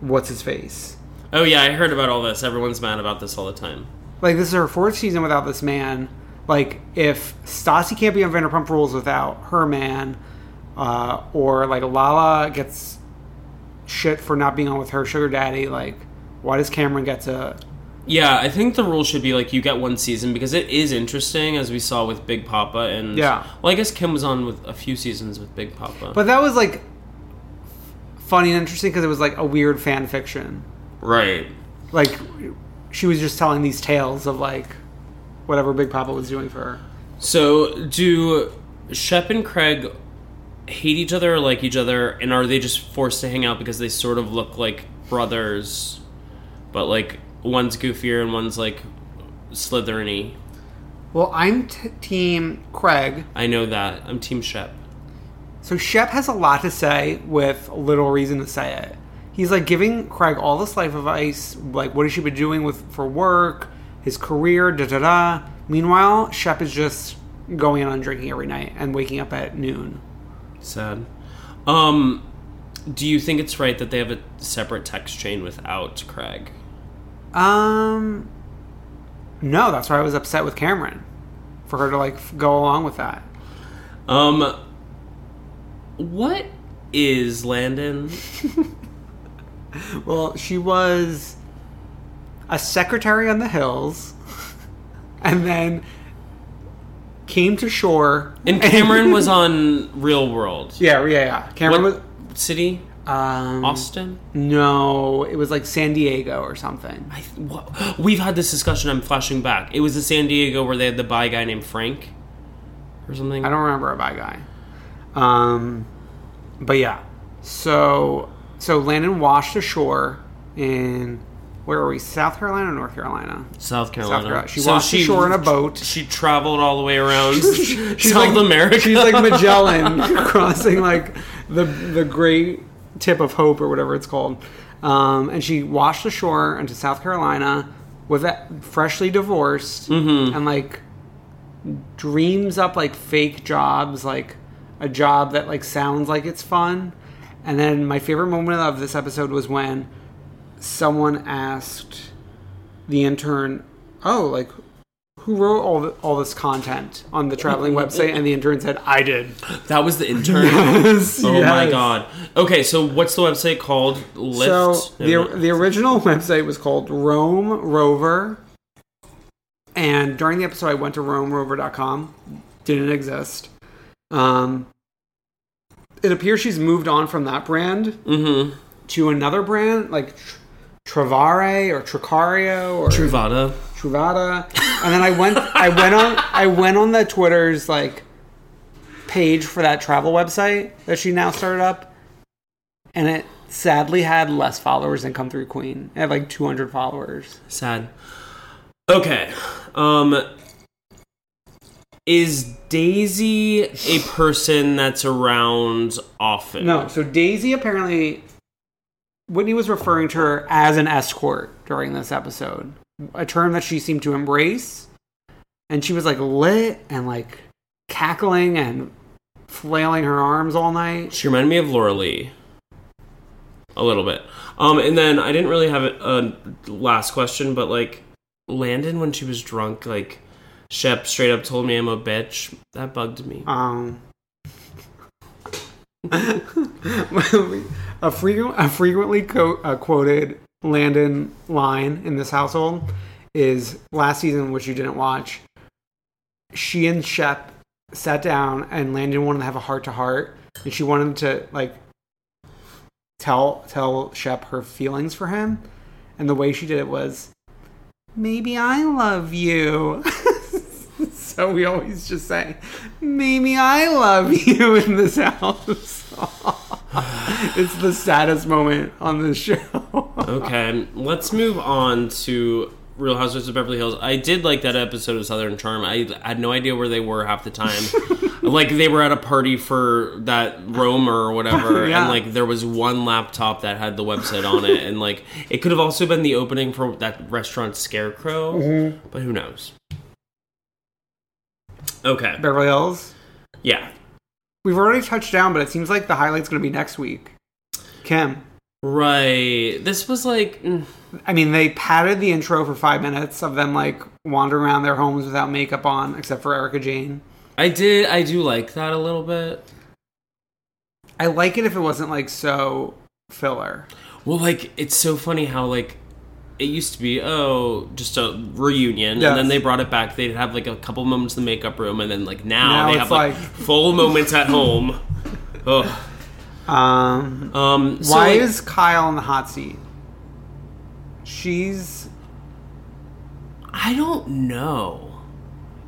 What's his face?
Oh yeah, I heard about all this. Everyone's mad about this all the time.
Like this is her fourth season without this man. Like if Stassi can't be on Vanderpump Rules without her man, uh, or like Lala gets shit for not being on with her sugar daddy. Like why does Cameron get to?
Yeah, I think the rule should be like you get one season because it is interesting, as we saw with Big Papa and
Yeah.
Well, I guess Kim was on with a few seasons with Big Papa,
But that was like funny and interesting because it was like a weird fan fiction.
right?
like she was just telling these tales of like whatever Big Papa was doing for her.
So do Shep and Craig hate each other or like each other, and are they just forced to hang out because they sort of look like brothers, but like one's goofier and one's like Slytherin-y?
Well, I'm t- team Craig.
I know that. I'm Team Shep.
So Shep has a lot to say with little reason to say it. He's like giving Craig all this life advice, like what he should be doing with for work, his career, da da da. Meanwhile, Shep is just going out and drinking every night and waking up at noon.
Sad. Um, do you think it's right that they have a separate text chain without Craig?
Um, no, that's why I was upset with Cameron for her to like f- go along with that.
Um, what is Landon?
Well, she was a secretary on the hills, and then came to shore.
And Cameron was on Real World.
yeah, yeah, yeah. Cameron
What
was.
city?
Um,
Austin?
No, it was like San Diego or something.
I th- wha- We've had this discussion. I'm flashing back. It was the San Diego where they had the bi guy named Frank or something.
I don't remember a bad guy. Um, but yeah. So so Landon washed ashore in where are we? South Carolina, or North Carolina.
South Carolina.
Carolina. She washed ashore in a boat.
She traveled all the way around South
like,
America.
She's like Magellan crossing like the the great tip of hope or whatever it's called. Um, and she washed ashore into South Carolina with that freshly divorced
Mm-hmm.
and like dreams up like fake jobs, like a job that like sounds like it's fun. And then my favorite moment of this episode was when someone asked the intern, "Oh, like who wrote all the, all this content on the traveling website?" And the intern said, "I did."
That was the intern. Oh my god. Okay, so what's the website called? Lyft.
So
No,
the
no.
the original website was called Rome Rover, and during the episode, I went to RomeRover.com. Didn't exist. Um, it appears she's moved on from that brand to another brand, like Tr- Travare or Tricario or
Truvada.
Truvada. And then I went I went on I went on the Twitter's like page for that travel website that she now started up. And it sadly had less followers than Come Through Queen. It had like two hundred followers.
Sad. Okay. Um is Daisy a person that's around often?
No, so Daisy apparently Whitney was referring to her as an escort during this episode. A term that she seemed to embrace. And she was like lit and like cackling and flailing her arms all night.
She reminded me of Laura Lee. A little bit. Um and then I didn't really have a, a last question, but like Landon when she was drunk, like Shep straight up told me I'm a bitch. That bugged me.
Um, a frequent, a frequently co- uh, quoted Landon line in this household is last season, which you didn't watch. She and Shep sat down, and Landon wanted to have a heart to heart, and she wanted to like tell tell Shep her feelings for him, and the way she did it was, maybe I love you. So we always just say, Mimi, I love you in this house. it's the saddest moment on this show.
Okay, let's move on to Real Housewives of Beverly Hills. I did like that episode of Southern Charm. I had no idea where they were half the time. like they were at a party for that Romer or whatever,
Yeah.
and like there was one laptop that had the website on it, and like it could have also been the opening for that restaurant Scarecrow, but who knows? Okay,
Beverly Hills.
yeah,
We've already touched down, but it seems like the highlight's going to be next week. Kim.
right. This was like. mm,
I mean, they padded the intro for five minutes of them like wandering around their homes without makeup on, except for Erica Jane.
I did. I do like that a little bit.
I like it if it wasn't like so filler.
Well, like it's so funny how like it used to be oh just a reunion
Yes.
and then they brought it back. They'd have like a couple moments in the makeup room and then like now,
Now
they
it's
have like,
like-
full moments at home. Oh,
Um,
um, so,
why
like-
is Kyle in the hot seat? She's
I don't know?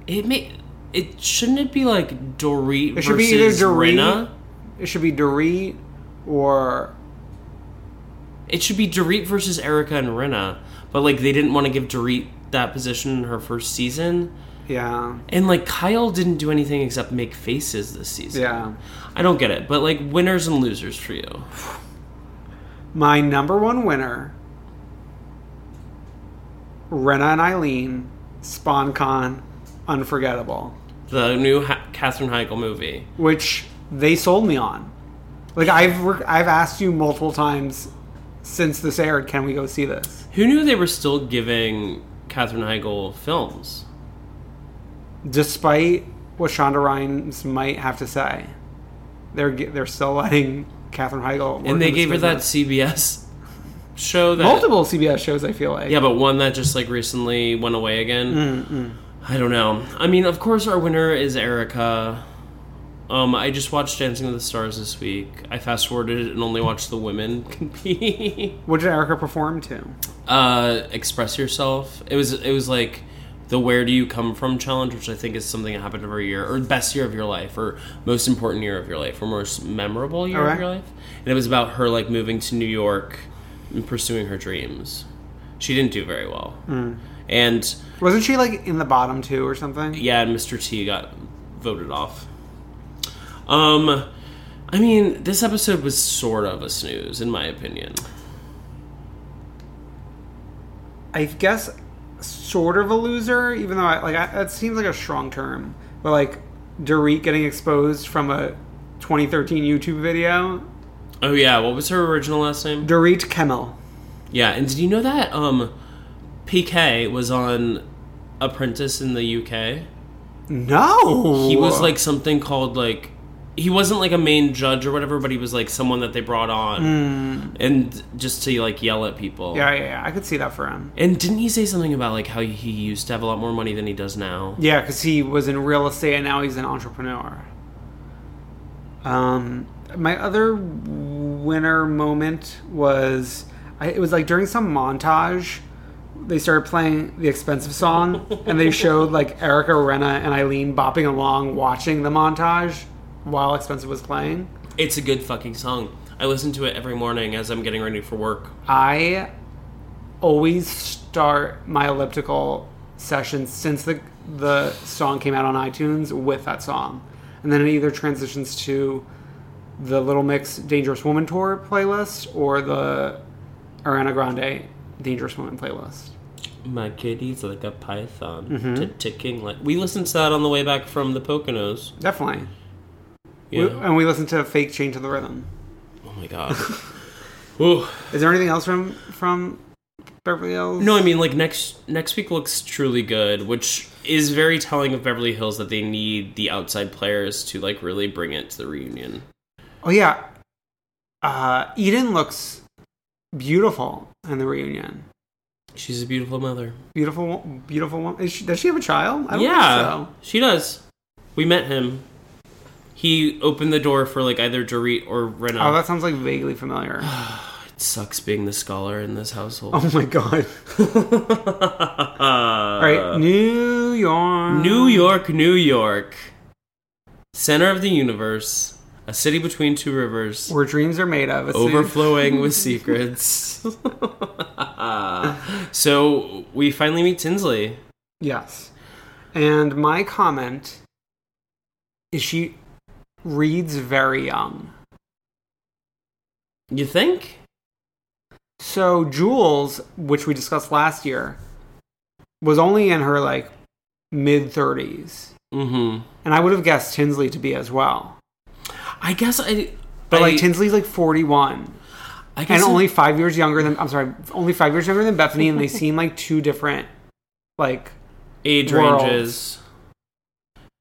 It may it shouldn't it be like Dorit
It should be
versus
either Dorit-
Rinna?
it should be Dorit or
It should be Dorit versus Erica and Rinna, but like they didn't want to give Dorit that position in her first season.
yeah,
And like Kyle didn't do anything except make faces this season.
yeah.
I don't get it, but like winners and losers for you.
My number one winner, Rena and Eileen, SpawnCon, Unforgettable,
The new ha- Katherine Heigl movie.
which they sold me on. Like I've re- I've asked you multiple times since this aired, can we go see this?
Who knew they were still giving Katherine Heigl films?
Despite what Shonda Rhimes might have to say, they're ge- they're still letting Katherine Heigl. work
and they
in this
gave her that
business.
CBS show that
multiple CBS shows. I feel like
Yeah, but one that just like recently went away again. I don't know. I mean, of course, our winner is Erica. Um, I just watched Dancing with the Stars this week. I fast forwarded it and only watched the women compete.
What did Erica perform to?
uh express yourself it was it was like the where do you come from challenge which i think is something that happened every year or best year of your life or most important year of your life or most memorable year
Alright.
of your life and it was about her like moving to new york and pursuing her dreams she didn't do very well and
Wasn't she like in the bottom two or something?
yeah and mr t got voted off um i mean this episode was sort of a snooze in my opinion
I guess sort of a loser, even though I like I, that seems like a strong term, but like Dorit getting exposed from a 2013 YouTube video.
oh yeah what was her original last name
Dorit Kemmel.
Yeah, and did you know that um, PK was on Apprentice in the UK?
No,
He was like something called like he wasn't like a main judge or whatever, but he was like someone that they brought on and just to like yell at people.
yeah, yeah, yeah. I could see that for him.
And didn't he say something about like how he used to have a lot more money than he does now?
Yeah, because he was in real estate and now he's an entrepreneur. Um, my other winner moment was I, it was like during some montage, they started playing the expensive song and they showed like Erica, Rena, and Eileen bopping along, watching the montage while expensive was playing.
It's a good fucking song. I listen to it every morning as I'm getting ready for work.
I always start my elliptical sessions since the the song came out on iTunes with that song, and then it either transitions to the Little Mix "Dangerous Woman" tour playlist or the Ariana Grande "Dangerous Woman" playlist.
My kitty's like a python, ticking like. We listened to that on the way back from the Poconos.
Definitely,
Yeah.
We- and we listen to "Fake Change of the Rhythm."
oh my god. Ooh.
Is there anything else from from Beverly Hills?
No, I mean like next next week looks truly good, which is very telling of Beverly Hills that they need the outside players to like really bring it to the reunion.
Oh yeah, uh, Eden looks beautiful in the reunion.
She's a beautiful mother.
beautiful beautiful woman is she, does she have a child i don't
yeah,
think so
she does. We met him. He opened the door for like either Dorit or Rena.
oh that sounds like vaguely familiar
it sucks being the scholar in this household.
oh my god all
Uh,
right new york
New York, New York, center of the universe. a city between two rivers,
Where dreams are made of. It's the-
overflowing with secrets. so we finally meet Tinsley.
Yes. And my comment is she reads very young.
You think?
So Jules, which we discussed last year, was only in her like mid 30s.
Mm-hmm.
And I would have guessed Tinsley to be as well.
I guess I.
But
I-
like Tinsley's like 41
I guess
and
it-
only 5 years younger than I'm sorry, only 5 years younger than Bethany and they seem like two different like
age
worlds.
ranges.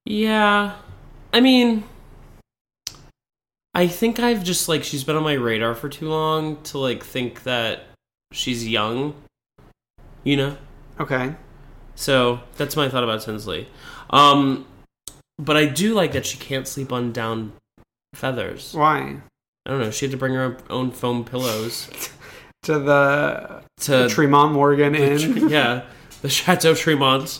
Yeah. I mean I think I've just like she's been on my radar for too long to like think that she's young. You know?
okay.
So that's my thought about Tinsley. Um but I do like that she can't sleep on down feathers.
Why?
I don't know, she had to bring her own foam pillows
To the,
to
Tremont Morgan Inn.
yeah, the Chateau Tremont.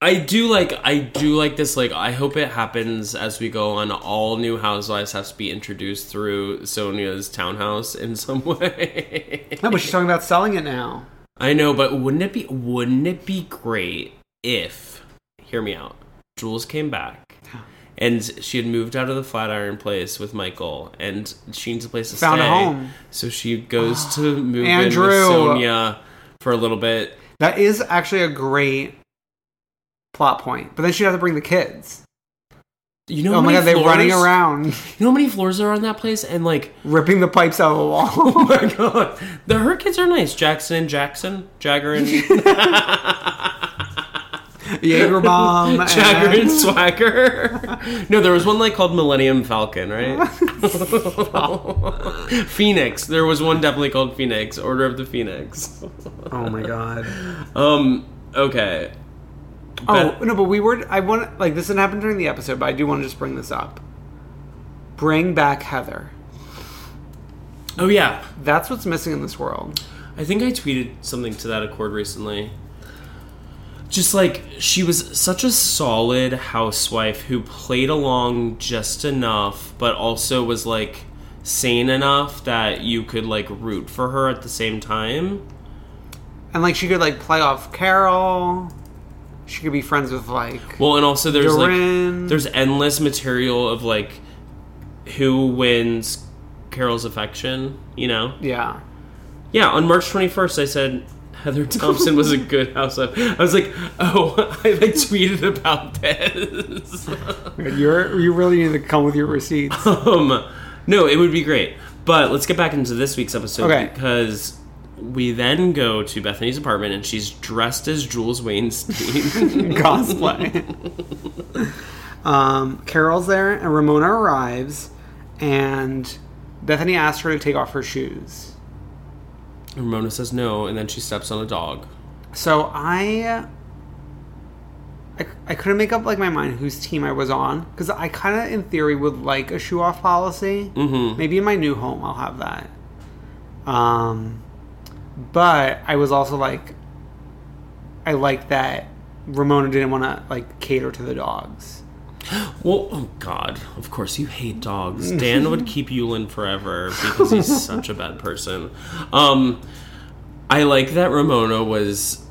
I do like I do like this like I hope it happens as we go on all new housewives has to be introduced through Sonia's townhouse in some way.
No, but she's talking about selling it now.
I know, but wouldn't it be wouldn't it be great if hear me out. Jules came back and she had moved out of the Flatiron place with Michael and she needs a place to
Found a
stay.
home. Ah,
So she goes to move in
Andrew.
with Sonia for a little bit.
That is actually a great plot point. But then she'd have to bring the kids.
You know,
oh
how
my
many
god, they're
floors-
running around,
You know how many floors there are on that place, and like,
ripping the pipes out of the wall.
oh my god, the her kids are nice. Jackson and Jackson, Jagger and
Jaeger bomb. and-
Jagger
Uh-huh.
and Swagger. No, there was one like called Millennium Falcon, right? Phoenix. There was one definitely called Phoenix. Order of the Phoenix.
oh my god.
Um. Okay.
Oh
But-
no, but we were. I want like this didn't happen during the episode, but I do want to just bring this up. Bring back Heather.
Oh yeah.
That's what's missing in this world.
I think I tweeted something to that accord recently. Just like she was such a solid housewife who played along just enough, but also was like sane enough that you could like root for her at the same time.
And like she could like play off Carol. She could be friends with like
Well, and also there's
Dorin.
like there's endless material of like who wins Carol's affection, you know?
yeah.
Yeah, on March 21st, I said Heather Thompson was a good housewife. I was like, oh, I like tweeted about this.
You're you really need to come with your receipts.
um, no, it would be great. But let's get back into this week's episode
Okay.
because we then go to Bethany's apartment and she's dressed as Jules Weinstein.
cosplay. um, Carol's there, and Ramona arrives, and Bethany asks her to take off her shoes.
Ramona says no, and then she steps on a dog.
So I, I, I couldn't make up like my mind whose team I was on because I kind of, in theory, would like a shoe off policy. Mm-hmm. Maybe in my new home I'll have that. Um, but I was also like, I like that Ramona didn't want to like cater to the dogs.
Well, oh God, of course you hate dogs. Dan would keep Yulin forever because he's such a bad person. Um, I like that Ramona was.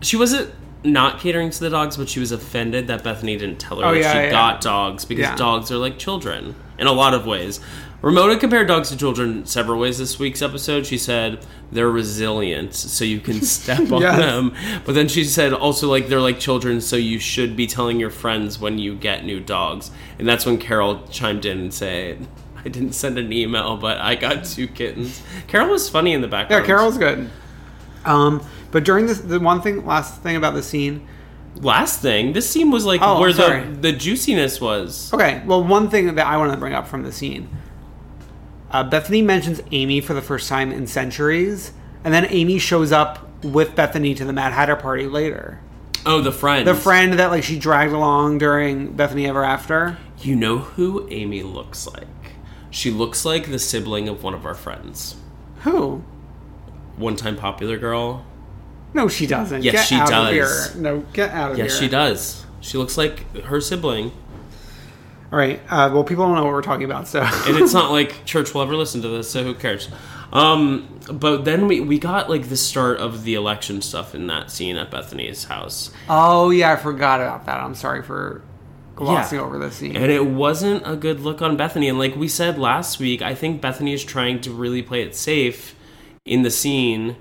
She wasn't not catering to the dogs, but she was offended that Bethany didn't tell her
Oh,
that
yeah,
she
yeah.
got dogs because
Yeah.
dogs are like children in a lot of ways. Ramona compared dogs to children several ways this week's episode. She said they're resilient, so you can step on
Yes.
them. Um, But then she said also like they're like children, so you should be telling your friends when you get new dogs. And that's when Carol chimed in and said, "I didn't send an email, but I got two kittens." Carol was funny in the
Yeah,
background.
Carol's good. Um, but during this, the one thing, last thing about the scene.
Last thing, this scene was like
Oh,
where
sorry.
the the juiciness was.
Okay, well, one thing that I want to bring up from the scene. Uh, Bethany mentions Amy for the first time in centuries, and then Amy shows up with Bethany to the Mad Hatter party later.
Oh, the friend.
The friend that like she dragged along during Bethany Ever After.
You know who Amy looks like? She looks like the sibling of one of our friends.
Who?
One time popular girl.
No, she doesn't.
Yes,
get
she
out
does.
Of here. No, get out of
Yes,
here.
she does. She looks like her sibling.
All right. Uh, well, people don't know what we're talking about, so
and it's not like church will ever listen to this, so who cares? Um, but then we, we got like the start of the election stuff in that scene at Bethany's house,
oh yeah, I forgot about that. I'm sorry for glossing
Yeah.
over this scene.
and it wasn't a good look on Bethany. And like we said last week, I think Bethany is trying to really play it safe in the scene,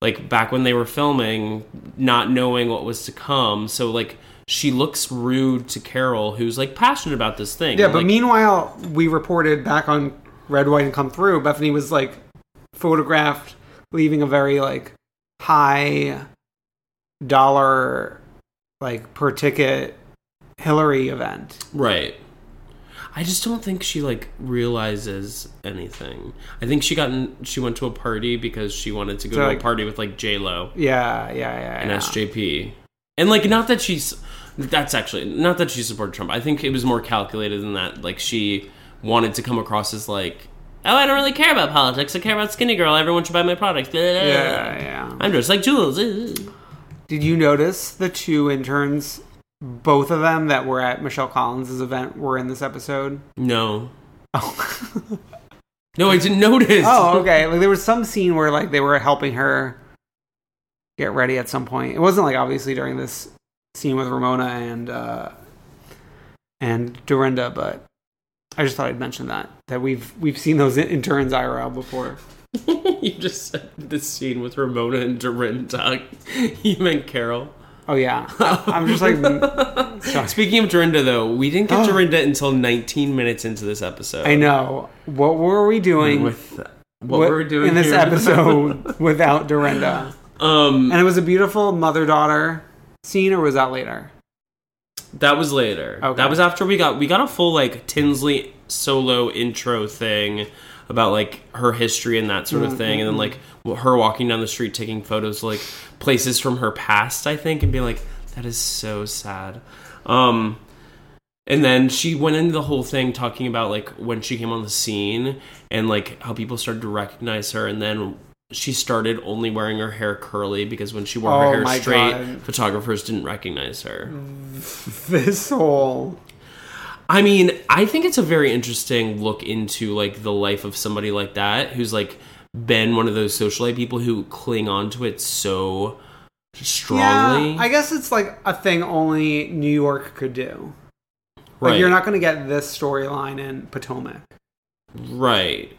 like back when they were filming, not knowing what was to come. So like she looks rude to Carol, who's like passionate about this thing.
yeah,
And,
but
like,
meanwhile, we reported back on Red, White, and Come Through. Bethany was like photographed leaving a very like high dollar like per ticket Hillary event.
Right. I just don't think she like realizes anything. I think she got in, she went to a party because she wanted to go
So,
to
like-
a party with like J Lo
Yeah, yeah, yeah.
and
yeah.
SJP, and like not that she's that's actually not that she supported Trump. I think it was more calculated than that. Like she wanted to come across as like, oh, I don't really care about politics. I care about skinny girl. Everyone should buy my products. Blah, blah, blah.
Yeah, yeah.
I'm just like Jules. Ugh.
Did you notice the two interns, both of them that were at Michelle Collins' event, were in this episode?
No,
Oh,
no, I didn't notice.
oh okay. Like there was some scene where like they were helping her get ready at some point. It wasn't like obviously during this scene with Ramona and uh, and Dorinda, but I just thought I'd mention that that we've we've seen those in- interns IRL before.
you just said this scene with Ramona and Dorinda. You meant Carol.
Oh yeah, I'm just like
Speaking of Dorinda, though, we didn't get Dorinda until 19 minutes into this episode.
Oh. I know what were we doing
With
What-
what, we're doing
in this
here.
episode without Dorinda.
um,
And it was a beautiful mother daughter scene, or was that later?
that was later.
Okay.
That was after we got we got a full like Tinsley solo intro thing about like her history and that sort of thing, and then
Mm-hmm.
like w- her walking down the street taking photos like places from her past, I think, and being like, "That is so sad." Um, And then she went into the whole thing talking about like when she came on the scene and like how people started to recognize her. And then she started only wearing her hair curly because when she wore
Oh,
her hair
my
straight,
God. Mm.
photographers didn't recognize her.
This whole
I mean, I think it's a very interesting look into like the life of somebody like that who's like been one of those socialite people who cling on to it so strongly.
Yeah, I guess it's like a thing only New York could do. Like
Right.
you're not going to get this storyline in Potomac.
Right.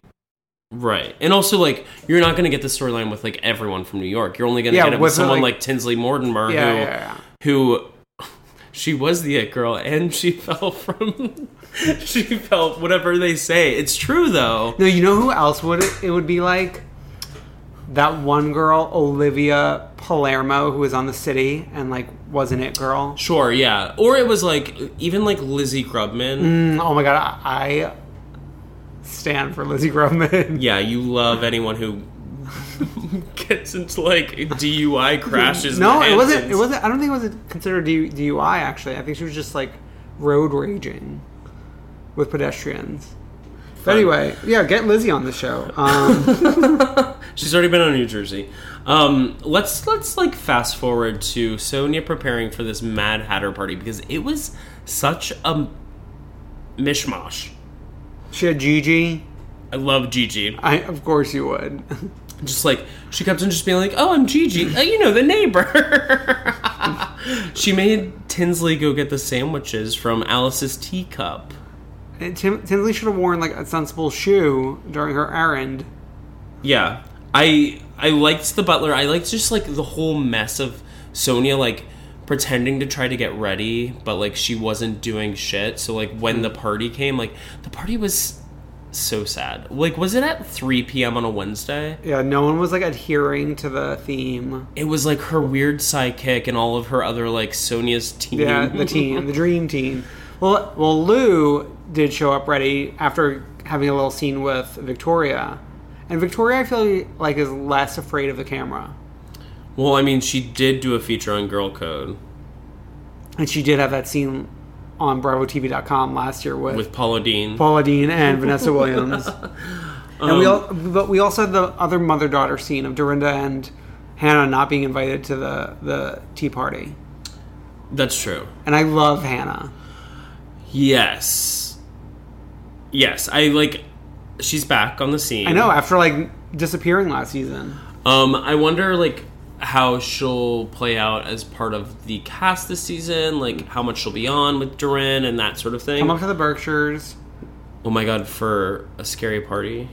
Right. And also like you're not gonna get the storyline with like everyone from New York. You're only gonna
Yeah,
get it with
with,
someone
like-
like, Tinsley Mortimer
Yeah,
who
yeah, yeah.
who she was the it girl and she fell from she fell whatever they say. It's true though.
No, you know who else would it, it would be like? That one girl, Olivia Palermo, who was on the city and like wasn't it girl.
Sure, yeah. Or it was like even like Lizzie Grubman.
Mm, Oh my god, I I stand for Lizzie Grumman.
Yeah, you love anyone who gets into like DUI crashes. in
No,
the
it wasn't. It
Hamptons.
wasn't. I don't think it was considered D- DUI. Actually, I think she was just like road raging with pedestrians. But anyway, yeah, get Lizzie on the show. Um,
She's already been on New Jersey. Um, let's let's like fast forward to Sonia preparing for this Mad Hatter party because it was such a mishmash.
she had Gigi.
I love Gigi.
I, of course you would.
Just like she kept on just being like, "Oh, I'm Gigi. Uh, you know the neighbor." she made Tinsley go get the sandwiches from Alice's teacup.
And Tim, Tinsley should have worn like a sensible shoe during her errand.
Yeah. I I liked the butler. I liked just like the whole mess of Sonia like pretending to try to get ready, but like she wasn't doing shit. So like when the party came, like the party was so sad. Like was it at 3 p.m. on a Wednesday?
Yeah, no one was like adhering to the theme.
It was like her weird sidekick and all of her other like Sonia's team.
Yeah, the team, the dream team. Well, well, Lou did show up ready after having a little scene with Victoria, and Victoria I feel like is less afraid of the camera,
Well, I mean, she did do a feature on Girl Code
and she did have that scene on BravoTV.com last year with,
with Paula Dean.
Paula Dean and Vanessa Williams, and
Um,
we all, but we also had the other mother daughter scene of Dorinda and Hannah not being invited to the the tea party,
That's true.
and I love Hannah.
Yes. Yes, I like. She's back on the scene.
I know after like disappearing last season.
Um, I wonder like how she'll play out as part of the cast this season. Like how much she'll be on with Duran and that sort of thing.
Come up to the Berkshires.
oh my god, for a scary party.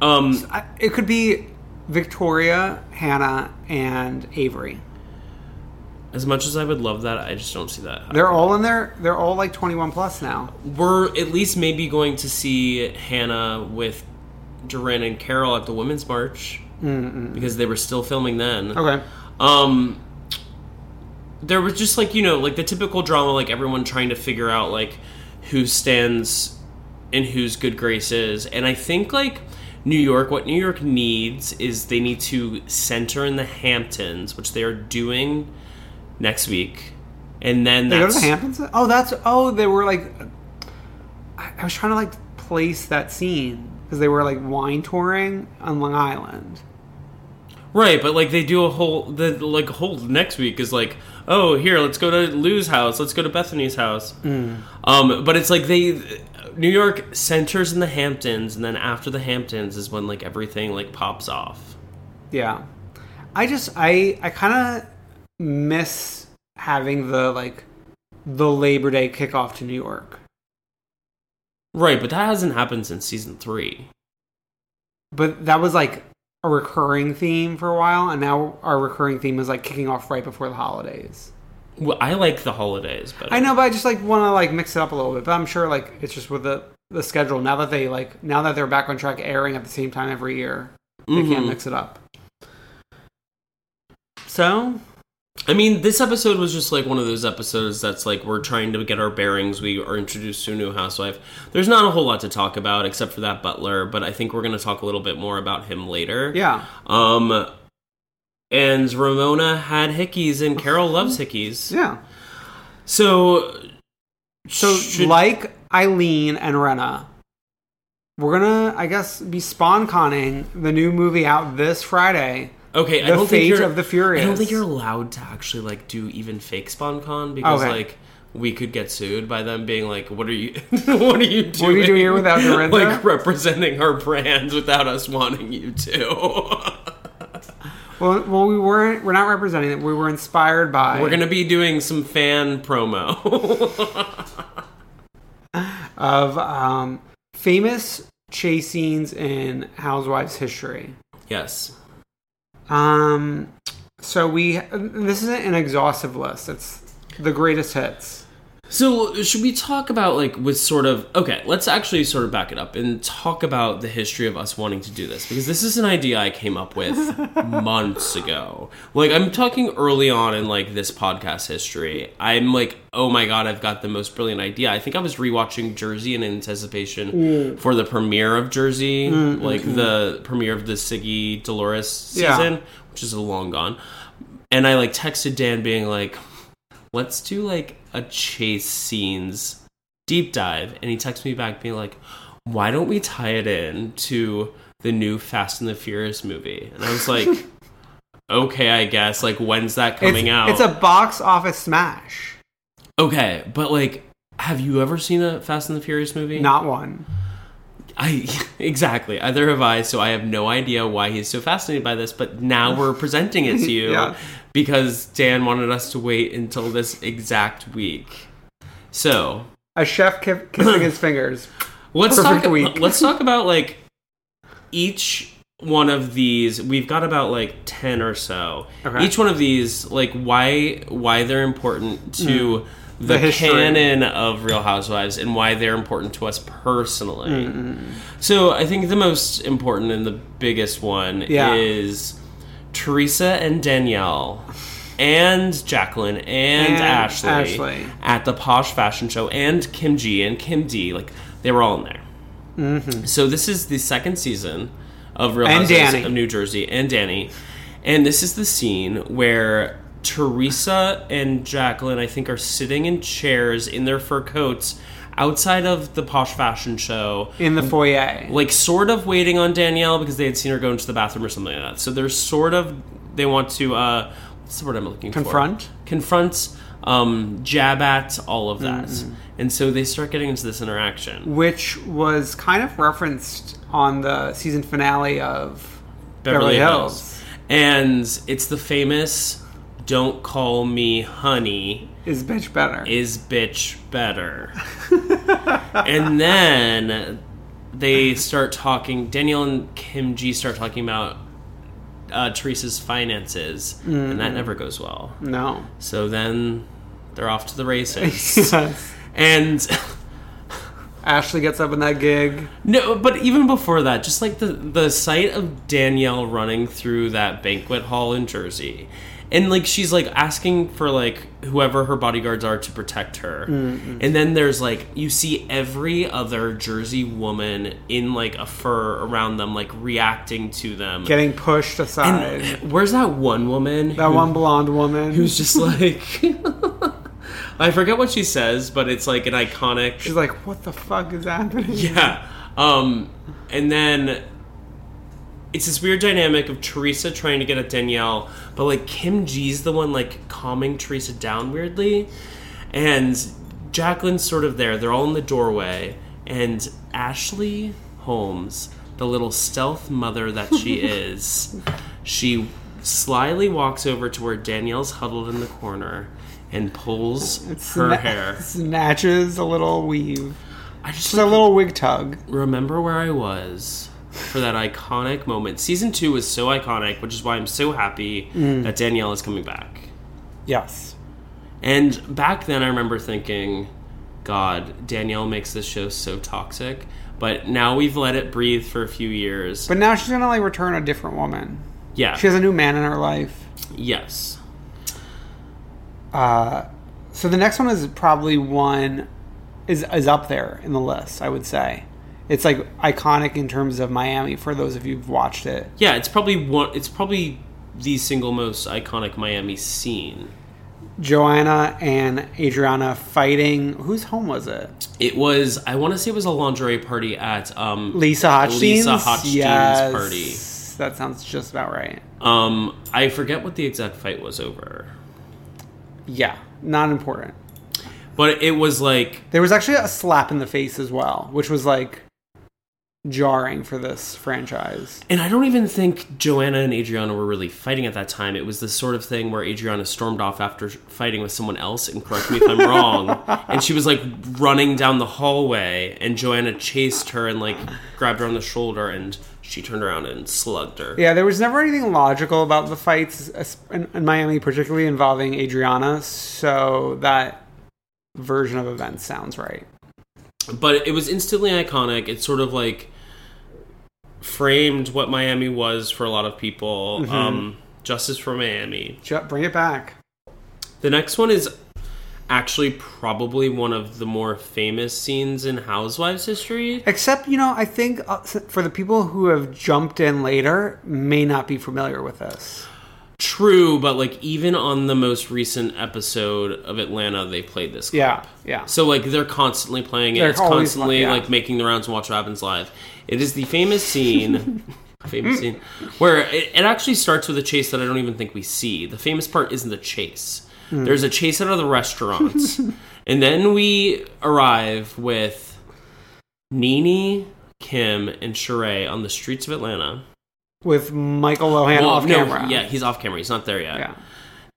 Um,
I, it could be Victoria, Hannah, and Avery.
as much as I would love that, I just don't see that.
They're all in there. They're all like 21 plus now.
We're at least maybe going to see Hannah with Duran and Carol at the Women's March because they were still filming then.
Okay.
um there was just like you know like the typical drama like everyone trying to figure out like who stands and who's good graces and i think like new york what new york needs is they need to center in the hamptons which they are doing next week and then
They go
that's
to the Hamptons. Oh, that's oh they were like. I, I was trying to like place that scene because they were like wine touring on Long Island.
right but like they do a whole the like whole next week is like oh here let's go to lou's house let's go to bethany's house
Mm.
Um, but it's like they New York centers in the Hamptons, and then after the Hamptons is when like everything like pops off.
Yeah. I just I I kind of miss having the like the Labor Day kickoff to New York.
Right, but that hasn't happened since season three.
But that was like a recurring theme for a while and now our recurring theme is like kicking off right before the holidays.
Well, I like the holidays, but
I know, but I just like want to like mix it up a little bit. But I'm sure like it's just with the the schedule now that they like now that they're back on track airing at the same time every year. They
Mm-hmm.
can't mix it up. So,
I mean, this episode was just like one of those episodes that's like we're trying to get our bearings. We are introduced to a new housewife. There's not a whole lot to talk about except for that butler, but I think we're going to talk a little bit more about him later.
yeah.
Um, and Ramona had hickeys, and Carol loves hickeys.
Yeah.
So,
So,
should-
like Eileen and Renna, we're gonna, I guess, be spawn conning the new movie out this Friday.
okay, I
The
don't
Fate
think you're,
of the
I
Furious.
don't think you're allowed to actually like do even fake SpawnCon because
Okay.
like we could get sued by them being like, "What are you? what are you doing?
are you doing here without Dorinda?
like representing our brands without us wanting you to."
Well, well, we weren't, we're not representing it. We were inspired by.
We're gonna be doing some fan promo.
of um, famous chase scenes in Housewives history.
yes.
Um, so we, this isn't an exhaustive list. It's the greatest hits.
So should we talk about like with sort of okay? Let's actually sort of back it up and talk about the history of us wanting to do this because this is an idea I came up with months ago. Like I'm talking early on in like this podcast history. I'm like, oh my god, I've got the most brilliant idea. I think I was rewatching Jersey in anticipation for the premiere of Jersey, like the premiere of the Siggy Dolores
Yeah.
season, which is long gone. And I like texted Dan being like let's do like a chase scenes deep dive. And he texts me back being like, why don't we tie it in to the new Fast and the Furious movie? And I was like, okay, I guess. Like, when's that coming
it's,
out?
It's a box office smash.
okay, but like, have you ever seen a Fast and the Furious movie?
Not one.
I exactly. Either have I, so I have no idea why he's so fascinated by this. But now we're presenting it to you
Yeah.
because Dan wanted us to wait until this exact week. So
A chef ki- kissing his fingers.
let's
Perfect
talk,
week.
Let's talk about like each one of these. We've got about like ten or so.
Okay.
Each one of these, like why why they're important to the,
Mm. The history.
canon of Real Housewives and why they're important to us personally.
Mm-hmm.
So I think the most important and the biggest one
Yeah.
is Teresa and Danielle. And Jacqueline
And
and, Ashley,
Ashley.
at the Posh Fashion Show, and Kim G and Kim D, like they were all in there. So this is the second season of Real
Mm-hmm. And
Housewives
Danny.
of New Jersey and Danny, and this is the scene where Teresa and Jacqueline, I think, are sitting in chairs in their fur coats outside of the posh fashion show,
in the foyer.
like sort of waiting on Danielle because they had seen her go into the bathroom or something like that. So they're sort of they want to uh, what's the word I'm looking
Confront?
for? Confronts, um, jab at, all of that.
Mm-hmm.
And so they start getting into this interaction.
which was kind of referenced on the season finale of Beverly, Hills.
And it's the famous don't call me honey
Is bitch better?
is bitch better. and then they start talking. Danielle and Kim G start talking about uh, Teresa's finances, and
Mm-hmm.
that never goes well.
no.
So then they're off to the races.
Yes.
and
Ashley gets up in that gig.
no, but even before that, just like the the sight of Danielle running through that banquet hall in Jersey. And like she's like asking for like whoever her bodyguards are to protect her.
Mm-hmm.
And then there's like you see every other Jersey woman in like a fur around them like reacting to them.
getting pushed aside.
Where's that one woman
that one blonde woman
who's just like I forget what she says, but it's like an iconic
she's like, "What the fuck is happening?"
Yeah. Um and then it's this weird dynamic of Teresa trying to get at Danielle, but like Kim G's the one like calming Teresa down weirdly. And Jacqueline's sort of there. They're all in the doorway. And Ashley Holmes, the little stealth mother that she is, she slyly walks over to where Danielle's huddled in the corner and pulls her
Sna-
hair.
snatches a little weave,
I just
just a
like-
little wig tug.
remember where I was for that iconic moment. Season two was so iconic, which is why I'm so happy
Mm.
that Danielle is coming back.
Yes,
And back then, I remember thinking, God, Danielle makes this show so toxic. But now we've let it breathe for a few years.
but now she's gonna like return a different woman.
yeah.
She has a new man in her life.
yes.
So the next one is probably one is is up there in the list. I would say it's like iconic in terms of Miami for those of you who've watched it.
Yeah, it's probably one. It's probably the single most iconic Miami scene.
Joanna and Adriana fighting. Whose home was it?
It was. I want to say it was a lingerie party at um,
Lisa Hotchkiss.
Lisa Hotchkiss
yes.
party.
That sounds just about right.
Um, I forget what the exact fight was over,
Yeah, not important.
but it was like
There was actually a slap in the face as well, which was like jarring for this franchise.
And I don't even think Joanna and Adriana were really fighting at that time. It was this sort of thing where Adriana stormed off after fighting with someone else, and correct me if I'm wrong. And she was like running down the hallway, and Joanna chased her and like grabbed her on the shoulder, and she turned around and slugged her.
Yeah, there was never anything logical about the fights es- in, in Miami, particularly involving Adriana. So that version of events sounds right.
But it was instantly iconic. It sort of like framed what Miami was for a lot of people. Um, justice for Miami.
Ju- bring it back.
The next one is actually probably one of the more famous scenes in Housewives history.
Except, you know, I think uh, s- for the people who have jumped in later, may not be familiar with this.
True, but like even on the most recent episode of Atlanta, they played this. clip.
Yeah, yeah.
So like they're constantly playing it.
They're
it's
always
constantly
playing- yeah.
like making the rounds. and Watch what happens live. It is the famous scene, famous scene where it, it actually starts with a chase that I don't even think we see. The famous part isn't the chase.
Hmm.
There's a chase out of the restaurant, and then we arrive with Nene, Kim, and Sheree on the streets of Atlanta.
With Michael Lohan
Well,
off
no,
camera.
Yeah, he's off camera. He's not there yet.
Yeah.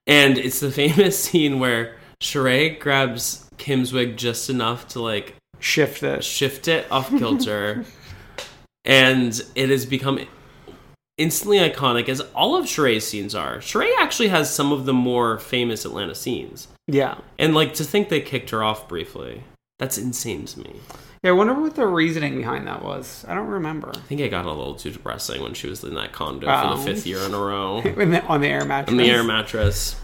And it's the famous scene where Sheree grabs Kim's wig just enough to like
Shift it.
shift it off kilter, and it has become instantly iconic as all of Sheree's scenes are. Sheree actually has some of the more famous Atlanta scenes,
Yeah.
and like to think they kicked her off briefly. That's insane to me.
Yeah, I wonder what the reasoning behind that was. I don't remember.
I think I got a little too depressing when she was in that condo for
Oh.
the fifth year in a row.
In the, on the air mattress.
on the air mattress.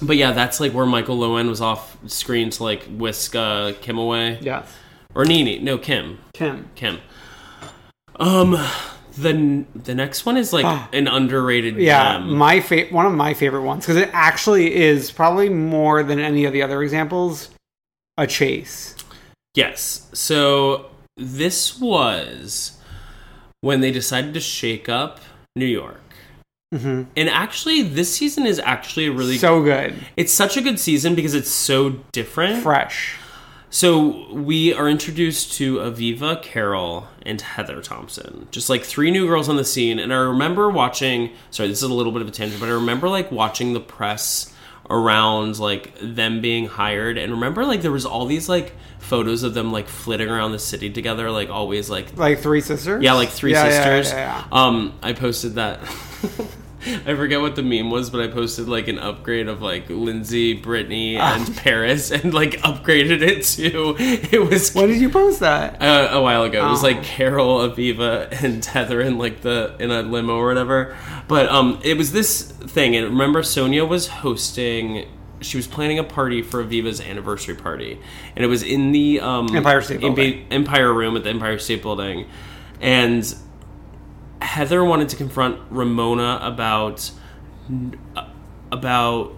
But yeah, that's like where Michael Lowen was off screen to like whisk uh, Kim away
Yes.
or Nene, no Kim,
Kim.
Kim. Um, the the next one is like an underrated
Ah. Yeah,
gem.
my fa- one of my favorite ones because it actually is probably more than any of the other examples. A chase.
Yes. So this was when they decided to shake up New York. And actually, this season is actually a really
Mm-hmm. so good,
It's such a good season because it's so different.
fresh.
So we are introduced to Aviva, Carol, and Heather Thompson. Just like three new girls on the scene. And I remember watching sorry, this is a little bit of a tangent, but I remember like watching the press around like them being hired and remember like there was all these like photos of them like flitting around the city together, like always like
Like three sisters.
yeah, like three
Yeah, yeah,
sisters.
yeah, yeah.
Um, I posted that. I forget what the meme was, but I posted like an upgrade of like Lindsay, Brittany,
Ah.
and Paris, and like upgraded it to it was
When did you post that?
uh, a while ago. It was like Carol, Aviva, and Tether in like the in a limo or whatever. But um, it was this thing, and remember Sonia was hosting. She was planning a party for Aviva's anniversary party, and it was in the um,
Empire State
Empi-
Building.
Empire Room at the Empire State Building, and Heather wanted to confront Ramona about about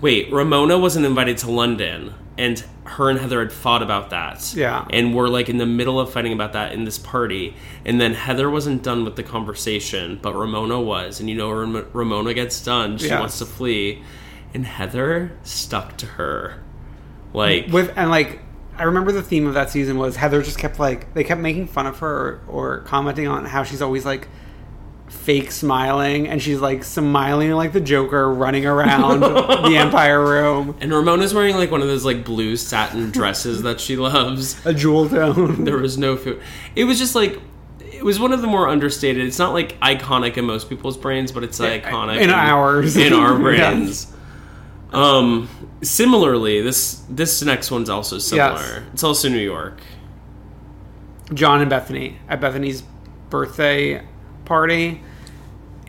wait ramona wasn't invited to london and her and heather had fought about that
Yeah.
and were like in the middle of fighting about that in this party and then heather wasn't done with the conversation but ramona was and you know Ram- ramona gets done she
Yes.
wants to flee and heather stuck to her like
With and like, I remember the theme of that season was Heather just kept like they kept making fun of her or, or commenting on how she's always like fake smiling and she's like smiling like the Joker running around the Empire Room,
and ramona's wearing like one of those like blue satin dresses that she loves
a jewel tone.
there was no food. It was just like it was one of the more understated. It's not like iconic in most people's brains, but it's iconic
in ours.
in our
Yes.
brains. Um. Similarly, this this next one's also similar. It's also New York.
John and Bethany at Bethany's birthday party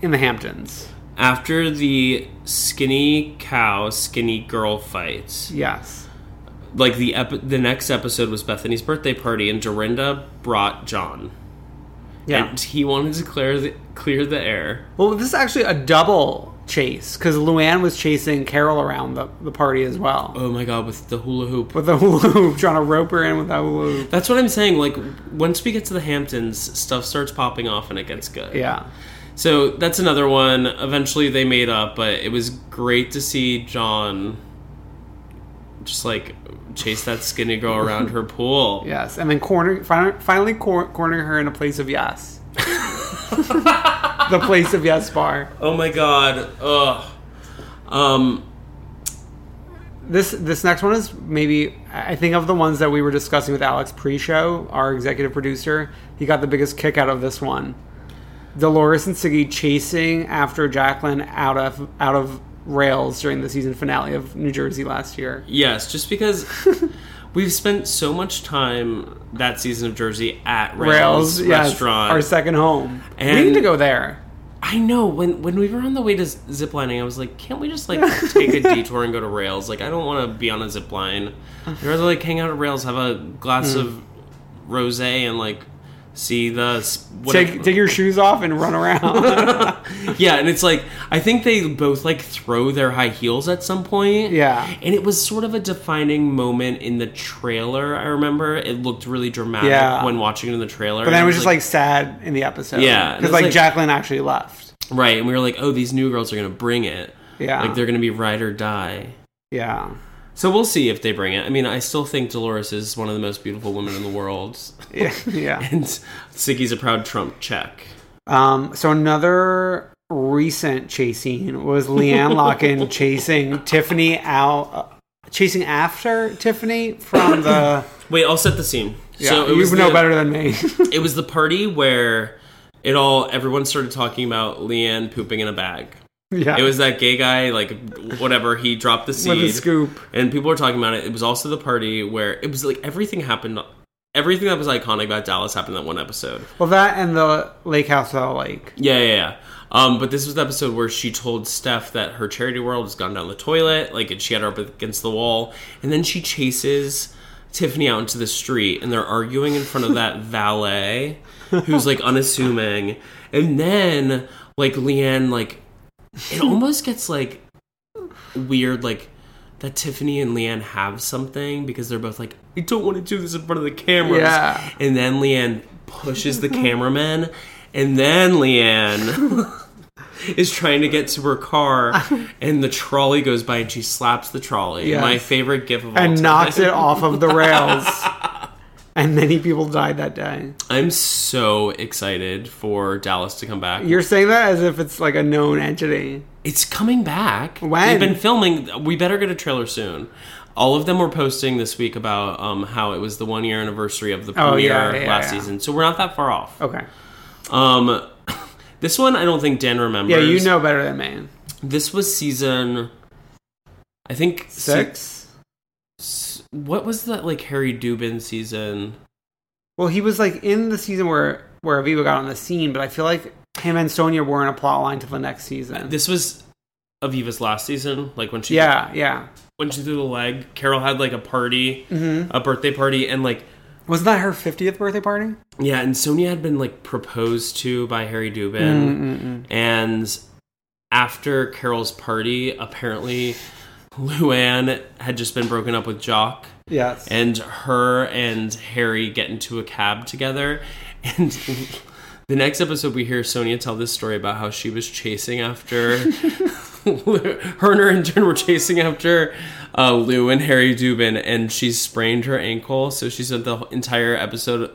in the Hamptons.
After the skinny cow, skinny girl fight,
Yes.
like the epi- the next episode was Bethany's birthday party, and Dorinda brought John,
Yeah.
and he wanted to clear the clear the air.
Well, this is actually a double chase because Luann was chasing Carol around the, the party as well
Oh my god, with the hula hoop.
with the hula hoop, trying to rope her in with that hula hoop.
That's what I'm saying. Like, once we get to the Hamptons, stuff starts popping off and it gets good.
Yeah.
So that's another one. Eventually they made up, but it was great to see John just like chase that skinny girl around her pool.
Yes. And then corner, fin- finally cor- cornering her in a place of yes. the place of yes bar.
Oh my god. Ugh. Um,
This this next one is maybe I I think of the ones that we were discussing with Alex pre-show, our executive producer. He got the biggest kick out of this one. Dolores and Siggy chasing after Jacqueline out of out of rails during the season finale of New Jersey last year.
yes, just because we've spent so much time that season of Jersey at Rails,
Rails, yes,
restaurant.
our second home. we
And-
need to go there.
I know when when we were on the way to z- ziplining, I was like, can't we just like take a detour and go to Rails? Like, I don't want to be on a zipline. I'd rather like hang out at Rails, have a glass
Hmm.
of rosé, and like see the s- what
Take take your shoes off and run around.
yeah. And it's like I think they both like throw their high heels at some point.
Yeah.
and it was sort of a defining moment in the trailer. I remember it looked really dramatic
Yeah.
when watching it in the trailer.
but then it was just like, sad in the episode.
Yeah, it
because
was
like,
like-
Jacqueline actually left.
right, and we were like, oh, these new girls are gonna bring it.
Yeah,
Like they're gonna be ride or die.
yeah,
So we'll see if they bring it. I mean, I still think Dolores is one of the most beautiful women in the world,
yeah, yeah.
and Siggy's a proud Trump check.
Um, so another recent chase scene was Leanne Locken chasing Tiffany out, uh, chasing after Tiffany from the.
Wait, I'll set the scene.
Yeah,
so
you know
the,
better than me.
It was the party where it all everyone started talking about Leanne pooping in a bag.
yeah,
It was that gay guy, like whatever. He dropped the seed.
with a scoop.
and people were talking about it. It was also the party where it was like everything happened. Everything that was iconic about Dallas happened in that one episode.
Well, that and the lake house without a lake.
Yeah, yeah, yeah. Um, but this was the episode where she told Steph that her charity world has gone down the toilet, like, and she had her up against the wall, and then she chases Tiffany out into the street, and they're arguing in front of that valet who's like unassuming, and then like Leanne, like, it almost gets like weird, like. That Tiffany and Leanne have something because they're both like, I don't want to do this in front of the cameras.
Yeah.
And then Leanne pushes the cameraman, and then Leanne is trying to get to her car, and the trolley goes by, and she slaps the trolley.
Yes.
My favorite gif of all
and
time.
knocks it off of the rails. and many people died that day.
I'm so excited for Dallas to come back.
You're saying that as if it's like a known entity.
It's coming back.
When?
They've been filming. We better get a trailer soon. All of them were posting this week about um, how it was the one year anniversary of the premiere
Oh, yeah, yeah,
last
yeah.
season. So we're not that far off.
Okay.
Um, this one, I don't think Dan
Yeah,
remembers.
you know better than me.
This was season. I think se-
Six?
s- what was that like Harry Dubin season?
Well, he was like in the season where where Aviva got on the scene, but I feel like him and Sonia were in a plot line till the next season.
This was Aviva's last season, like when she
yeah, yeah.
when she threw the leg. Carol had like a party, a birthday party, and like
Wasn't that her 50th birthday party?
Yeah, and Sonia had been like proposed to by Harry Dubin, and after Carol's party, apparently Luann had just been broken up with Jock,
Yes.
and her and Harry get into a cab together, and the next episode we hear Sonia tell this story about how she was chasing after. Lou- her and her intern were chasing after uh, Lou and Harry Dubin, and she sprained her ankle, so she spent the entire episode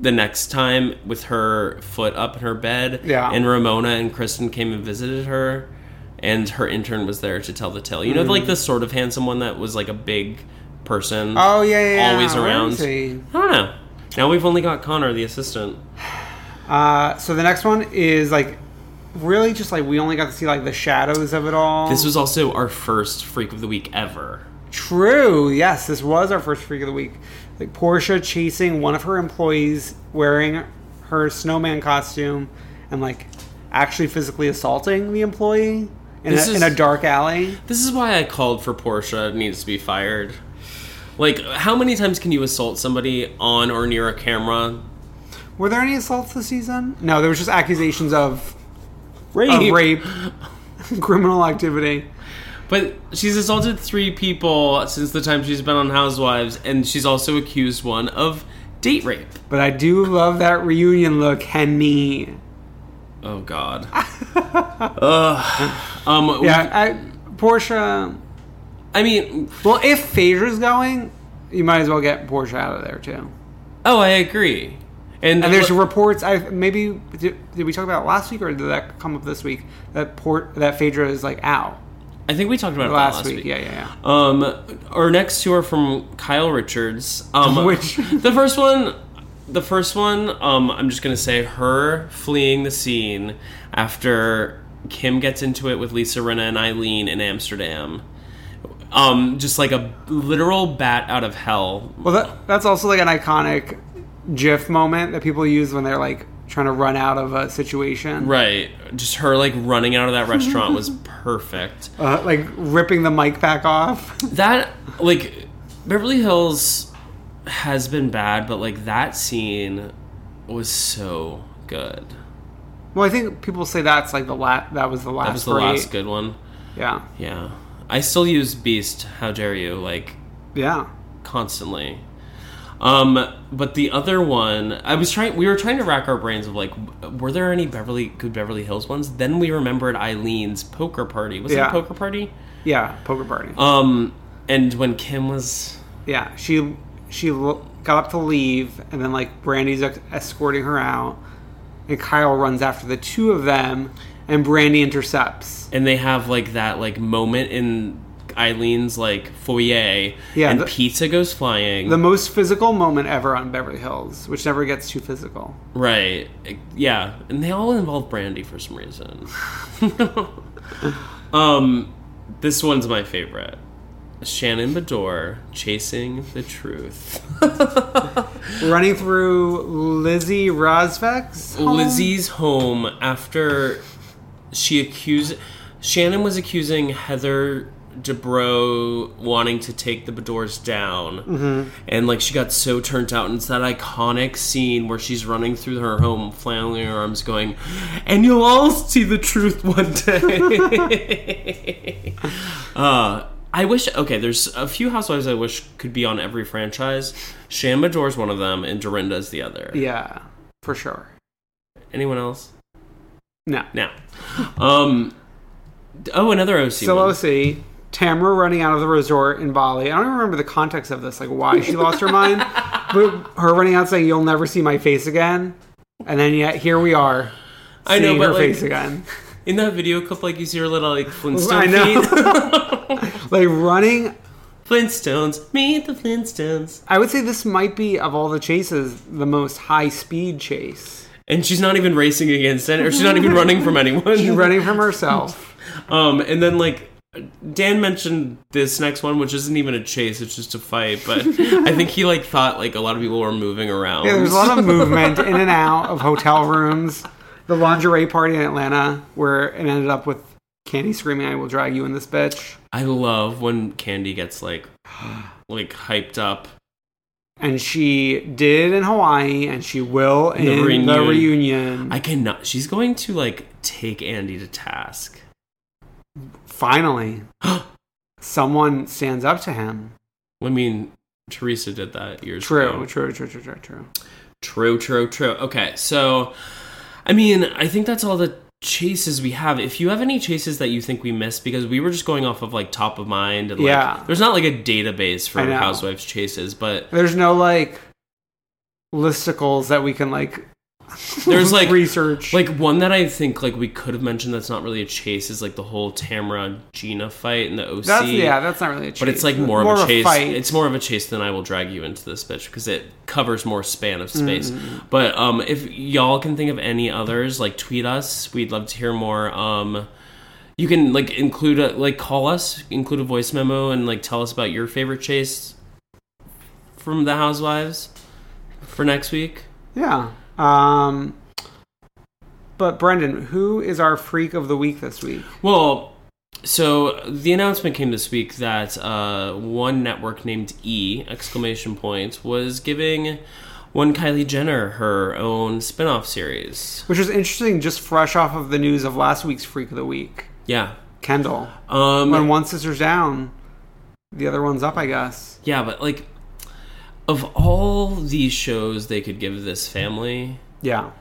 the next time with her foot up in her bed.
Yeah.
And Ramona and Kristen came and visited her, and her intern was there to tell the tale.
Mm-hmm.
You know, like the sort of handsome one that was like a big person.
oh, yeah, yeah, yeah.
Always
Where
around.
is he?
I don't know. Now we've only got Connor, the assistant.
Uh, so the next one is like really just like we only got to see like the shadows of it all.
This was also our first Freak of the Week ever.
True. Yes, this was our first freak of the week. Like Portia chasing one of her employees wearing her snowman costume and like actually physically assaulting the employee in, a,
This
in
is-
a dark alley.
This is why I called for Portia needs to be fired. Like, how many times can you assault somebody on or near a camera?
Were there any assaults this season? No, there was just accusations of of rape, criminal activity.
But she's assaulted three people since the time she's been on Housewives, and she's also accused one of date rape.
But I do love that reunion look, Henny.
Oh God. Ugh. Um.
Yeah, I, Portia.
I mean,
Well, if Phaedra's going, you might as well get Portia out of there too.
oh, I agree. And,
And there's reports. I maybe did, did we talk about it last week or did that come up this week? That port that Phaedra is like ow
I think we talked about it
last,
last
week. Yeah, yeah, yeah.
Um, our next two are from Kyle Richards. Um,
Which-
the first one, the first one, um, I'm just gonna say her fleeing the scene after Kim gets into it with Lisa Rinna and Eileen in Amsterdam. Um, just like a literal bat out of hell.
Well, that, that's also like an iconic GIF moment that people use when they're like trying to run out of a situation.
Right, just her like running out of that restaurant was perfect.
Uh, like ripping the mic back off.
that like Beverly Hills has been bad, but like that scene was so good.
well, I think people say that's like the la- that was the last.
That was the
great-
last good one.
Yeah,
Yeah, I still use Beast. How dare you? Like
yeah.
constantly. Um, but the other one, I was trying. We were trying to rack our brains of like, w- were there any Beverly good Beverly Hills ones? Then we remembered Eileen's poker party. Was it
Yeah.
a poker party?
Yeah, poker party.
Um, and when Kim was
yeah, she she lo- got up to leave, and then like Brandy's ex- escorting her out, and Kyle runs after the two of them, and Brandy intercepts.
and they have like that like moment in Eileen's like foyer,
Yeah,
and
the-
pizza goes flying.
The most physical moment ever on Beverly Hills, which never gets too physical.
right, yeah, and they all involve Brandy for some reason. um, this one's my favorite. Shannon Bador chasing the truth.
Running through Lizzie Rosvex,
Lizzie's home after she accused Shannon was accusing Heather Dubrow wanting to take the Bedores down, and like she got so turned out, and it's that iconic scene where she's running through her home, flailing her arms, going, "And you'll all see the truth one day." uh, I wish. Okay, there's a few housewives I wish could be on every franchise. Shan Bedor's one of them, and Dorinda's the other.
yeah, for sure.
Anyone else?
No.
Now, um, oh, another OC. one.
Silosi, Tamara running out of the resort in Bali. I don't even remember the context of this, like why she lost her mind. But her running out saying, You'll never see my face again. And then yet here we are.
I know,
seeing
but
her
like
face again.
in that video clip, like you see her little like
I
Flintstone feet.
know. like running
Flintstones, meet the Flintstones,
I would say this might be of all the chases the most high speed chase.
and she's not even racing against it, or she's not even running from anyone.
She's running from herself.
Um, and then like Dan mentioned this next one, which isn't even a chase; it's just a fight. But I think he like thought like a lot of people were moving around.
Yeah, there's a lot of movement in and out of hotel rooms. The lingerie party in Atlanta where it ended up with Candy screaming, I will drag you in this bitch.
I love when Candy gets like like hyped up.
and she did in Hawaii, and she will in
The
the reunion.
reunion. I cannot. She's going to like take Andy to task.
Finally, someone stands up to him.
I mean, Teresa did that years
True,
ago.
true, true, true, true, true.
True, true, true. Okay, so I mean, I think that's all the chases we have. If you have any chases that you think we missed, because we were just going off of like top of mind and like
Yeah.
there's not like a database for
I know.
housewives chases, but
There's no like listicles that we can like.
There's, like-
research.
like one that I think like we could have mentioned that's not really a chase is like the whole Tamra Gina fight and the OC.
that's yeah, that's not really a chase.
but it's like more, of a chase.
fight.
It's more of a chase than I will drag you into this bitch because it covers more span of space. But um, if y'all can think of any others, like tweet us. We'd love to hear more. Um, you can like include a like call us, include a voice memo, and like tell us about your favorite chase from the Housewives for next week.
yeah. Um, but Brendan, who is our freak of the week this week?
Well, so the announcement came this week that uh, one network named E exclamation point was giving one Kylie Jenner her own spin-off series.
Which is interesting, just fresh off of the news of last week's freak of the week,
Yeah.
Kendall.
Um,
when one sister's down, the other one's up, I guess.
yeah, but like of all these shows they could give this family,
Yeah.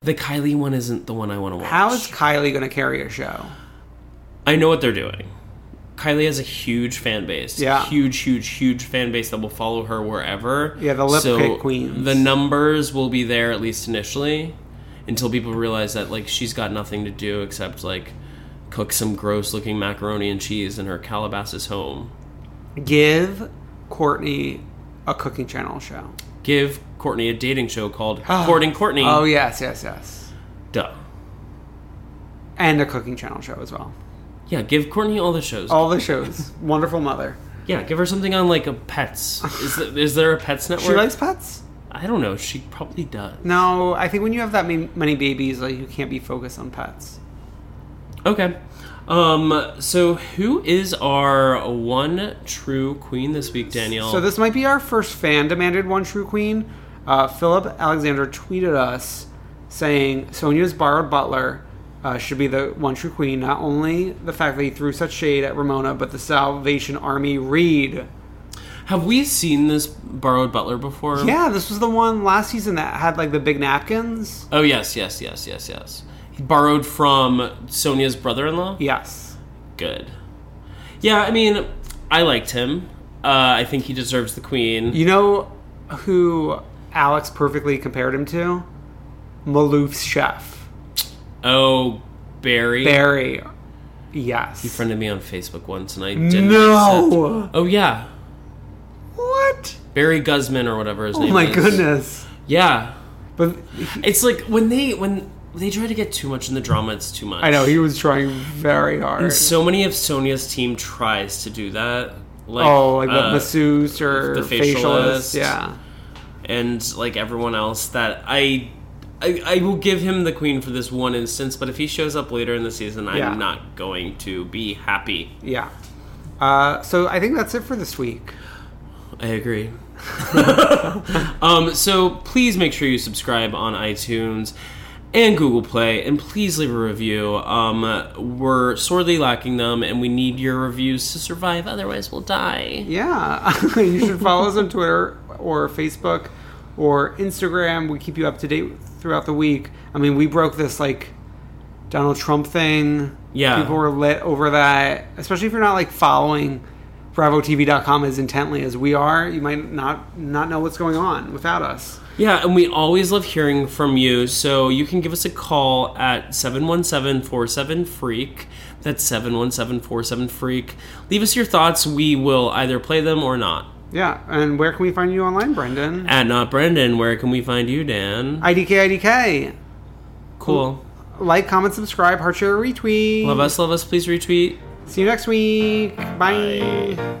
the Kylie one isn't the one I want to watch.
How is Kylie going to carry a show?
I know what they're doing. Kylie has a huge fan base.
Yeah.
Huge, huge, huge fan base that will follow her wherever.
Yeah, the lip pick queens.
The numbers will be there at least initially until people realize that like she's got nothing to do except like cook some gross looking macaroni and cheese in her Calabasas home.
Give Courtney a cooking channel show.
Give Courtney a dating show called Courting Courtney.
Oh, yes, yes, yes.
Duh.
And a cooking channel show as well.
Yeah, give Courtney all the shows.
All the shows. Wonderful Mother.
Yeah, give her something on like a pets. Is, th- is there a pets network?
She likes pets?
I don't know. She probably does.
No, I think when you have that ma- many babies, like you can't be focused on pets.
Okay. Um, so who is our one true queen this week, Danielle?
So this might be our first fan demanded one true queen. Uh, Philip Alexander tweeted us saying Sonia's borrowed butler uh, should be the one true queen. Not only the fact that he threw such shade at Ramona, but the Salvation Army read.
have we seen this borrowed butler before?
Yeah, this was the one last season that had like the big napkins.
Oh yes, yes, yes, yes, yes. He borrowed from Sonia's brother-in-law.
Yes.
Good. Yeah, I mean, I liked him. Uh, I think he deserves the queen.
You know who Alex perfectly compared him to? Maloof's chef
Oh, Barry.
Barry. Yes.
He friended me on Facebook once, and I didn't. accept-
no.
Oh yeah,
What?
Barry Guzman or whatever his
Oh
name.
my
is.
goodness.
Yeah,
But
It's like when they when they try to get too much in the drama, it's too much.
I know he was trying very hard.
So many of Sonia's team tries to do that. Like,
oh, like the
uh,
masseuse or
the facialist.
facialist. Yeah,
and like everyone else that I, I I will give him the queen for this one instance, but if he shows up later in the season, I'm
Yeah.
not going to be happy.
yeah. Uh, so I think that's it for this week.
I agree. um, so please make sure you subscribe on iTunes and Google Play, and please leave a review. Um, we're sorely lacking them, and we need your reviews to survive. Otherwise, we'll die.
Yeah, you should follow us on Twitter or Facebook or Instagram. We keep you up to date throughout the week. I mean, we broke this like Donald Trump thing.
Yeah.
People were lit over that, especially if you're not like following bravotv.com as intently as we are, you might not not know what's going on without us.
Yeah, and we always love hearing from you. So you can give us a call at 717-47-FREAK. That's 717-47-FREAK. Leave us your thoughts. We will either play them or not.
Yeah, and where can we find you online, Brendan?
At Not Brendan, where can we find you, Dan?
IDK IDK.
cool.
Like, comment, subscribe, heart share, retweet.
Love us, love us. Please retweet.
See you next week. Bye.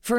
For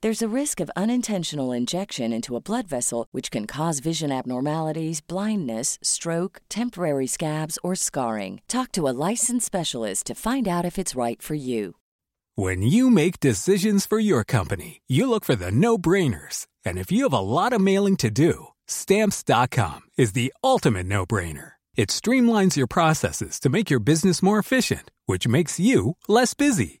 There's a risk of unintentional injection into a blood vessel, which can cause vision abnormalities, blindness, stroke, temporary scabs, or scarring. Talk to a licensed specialist to find out if it's right for you.
When you make decisions for your company, you look for the no brainers. And if you have a lot of mailing to do, stamps.com is the ultimate no brainer. It streamlines your processes to make your business more efficient, which makes you less busy.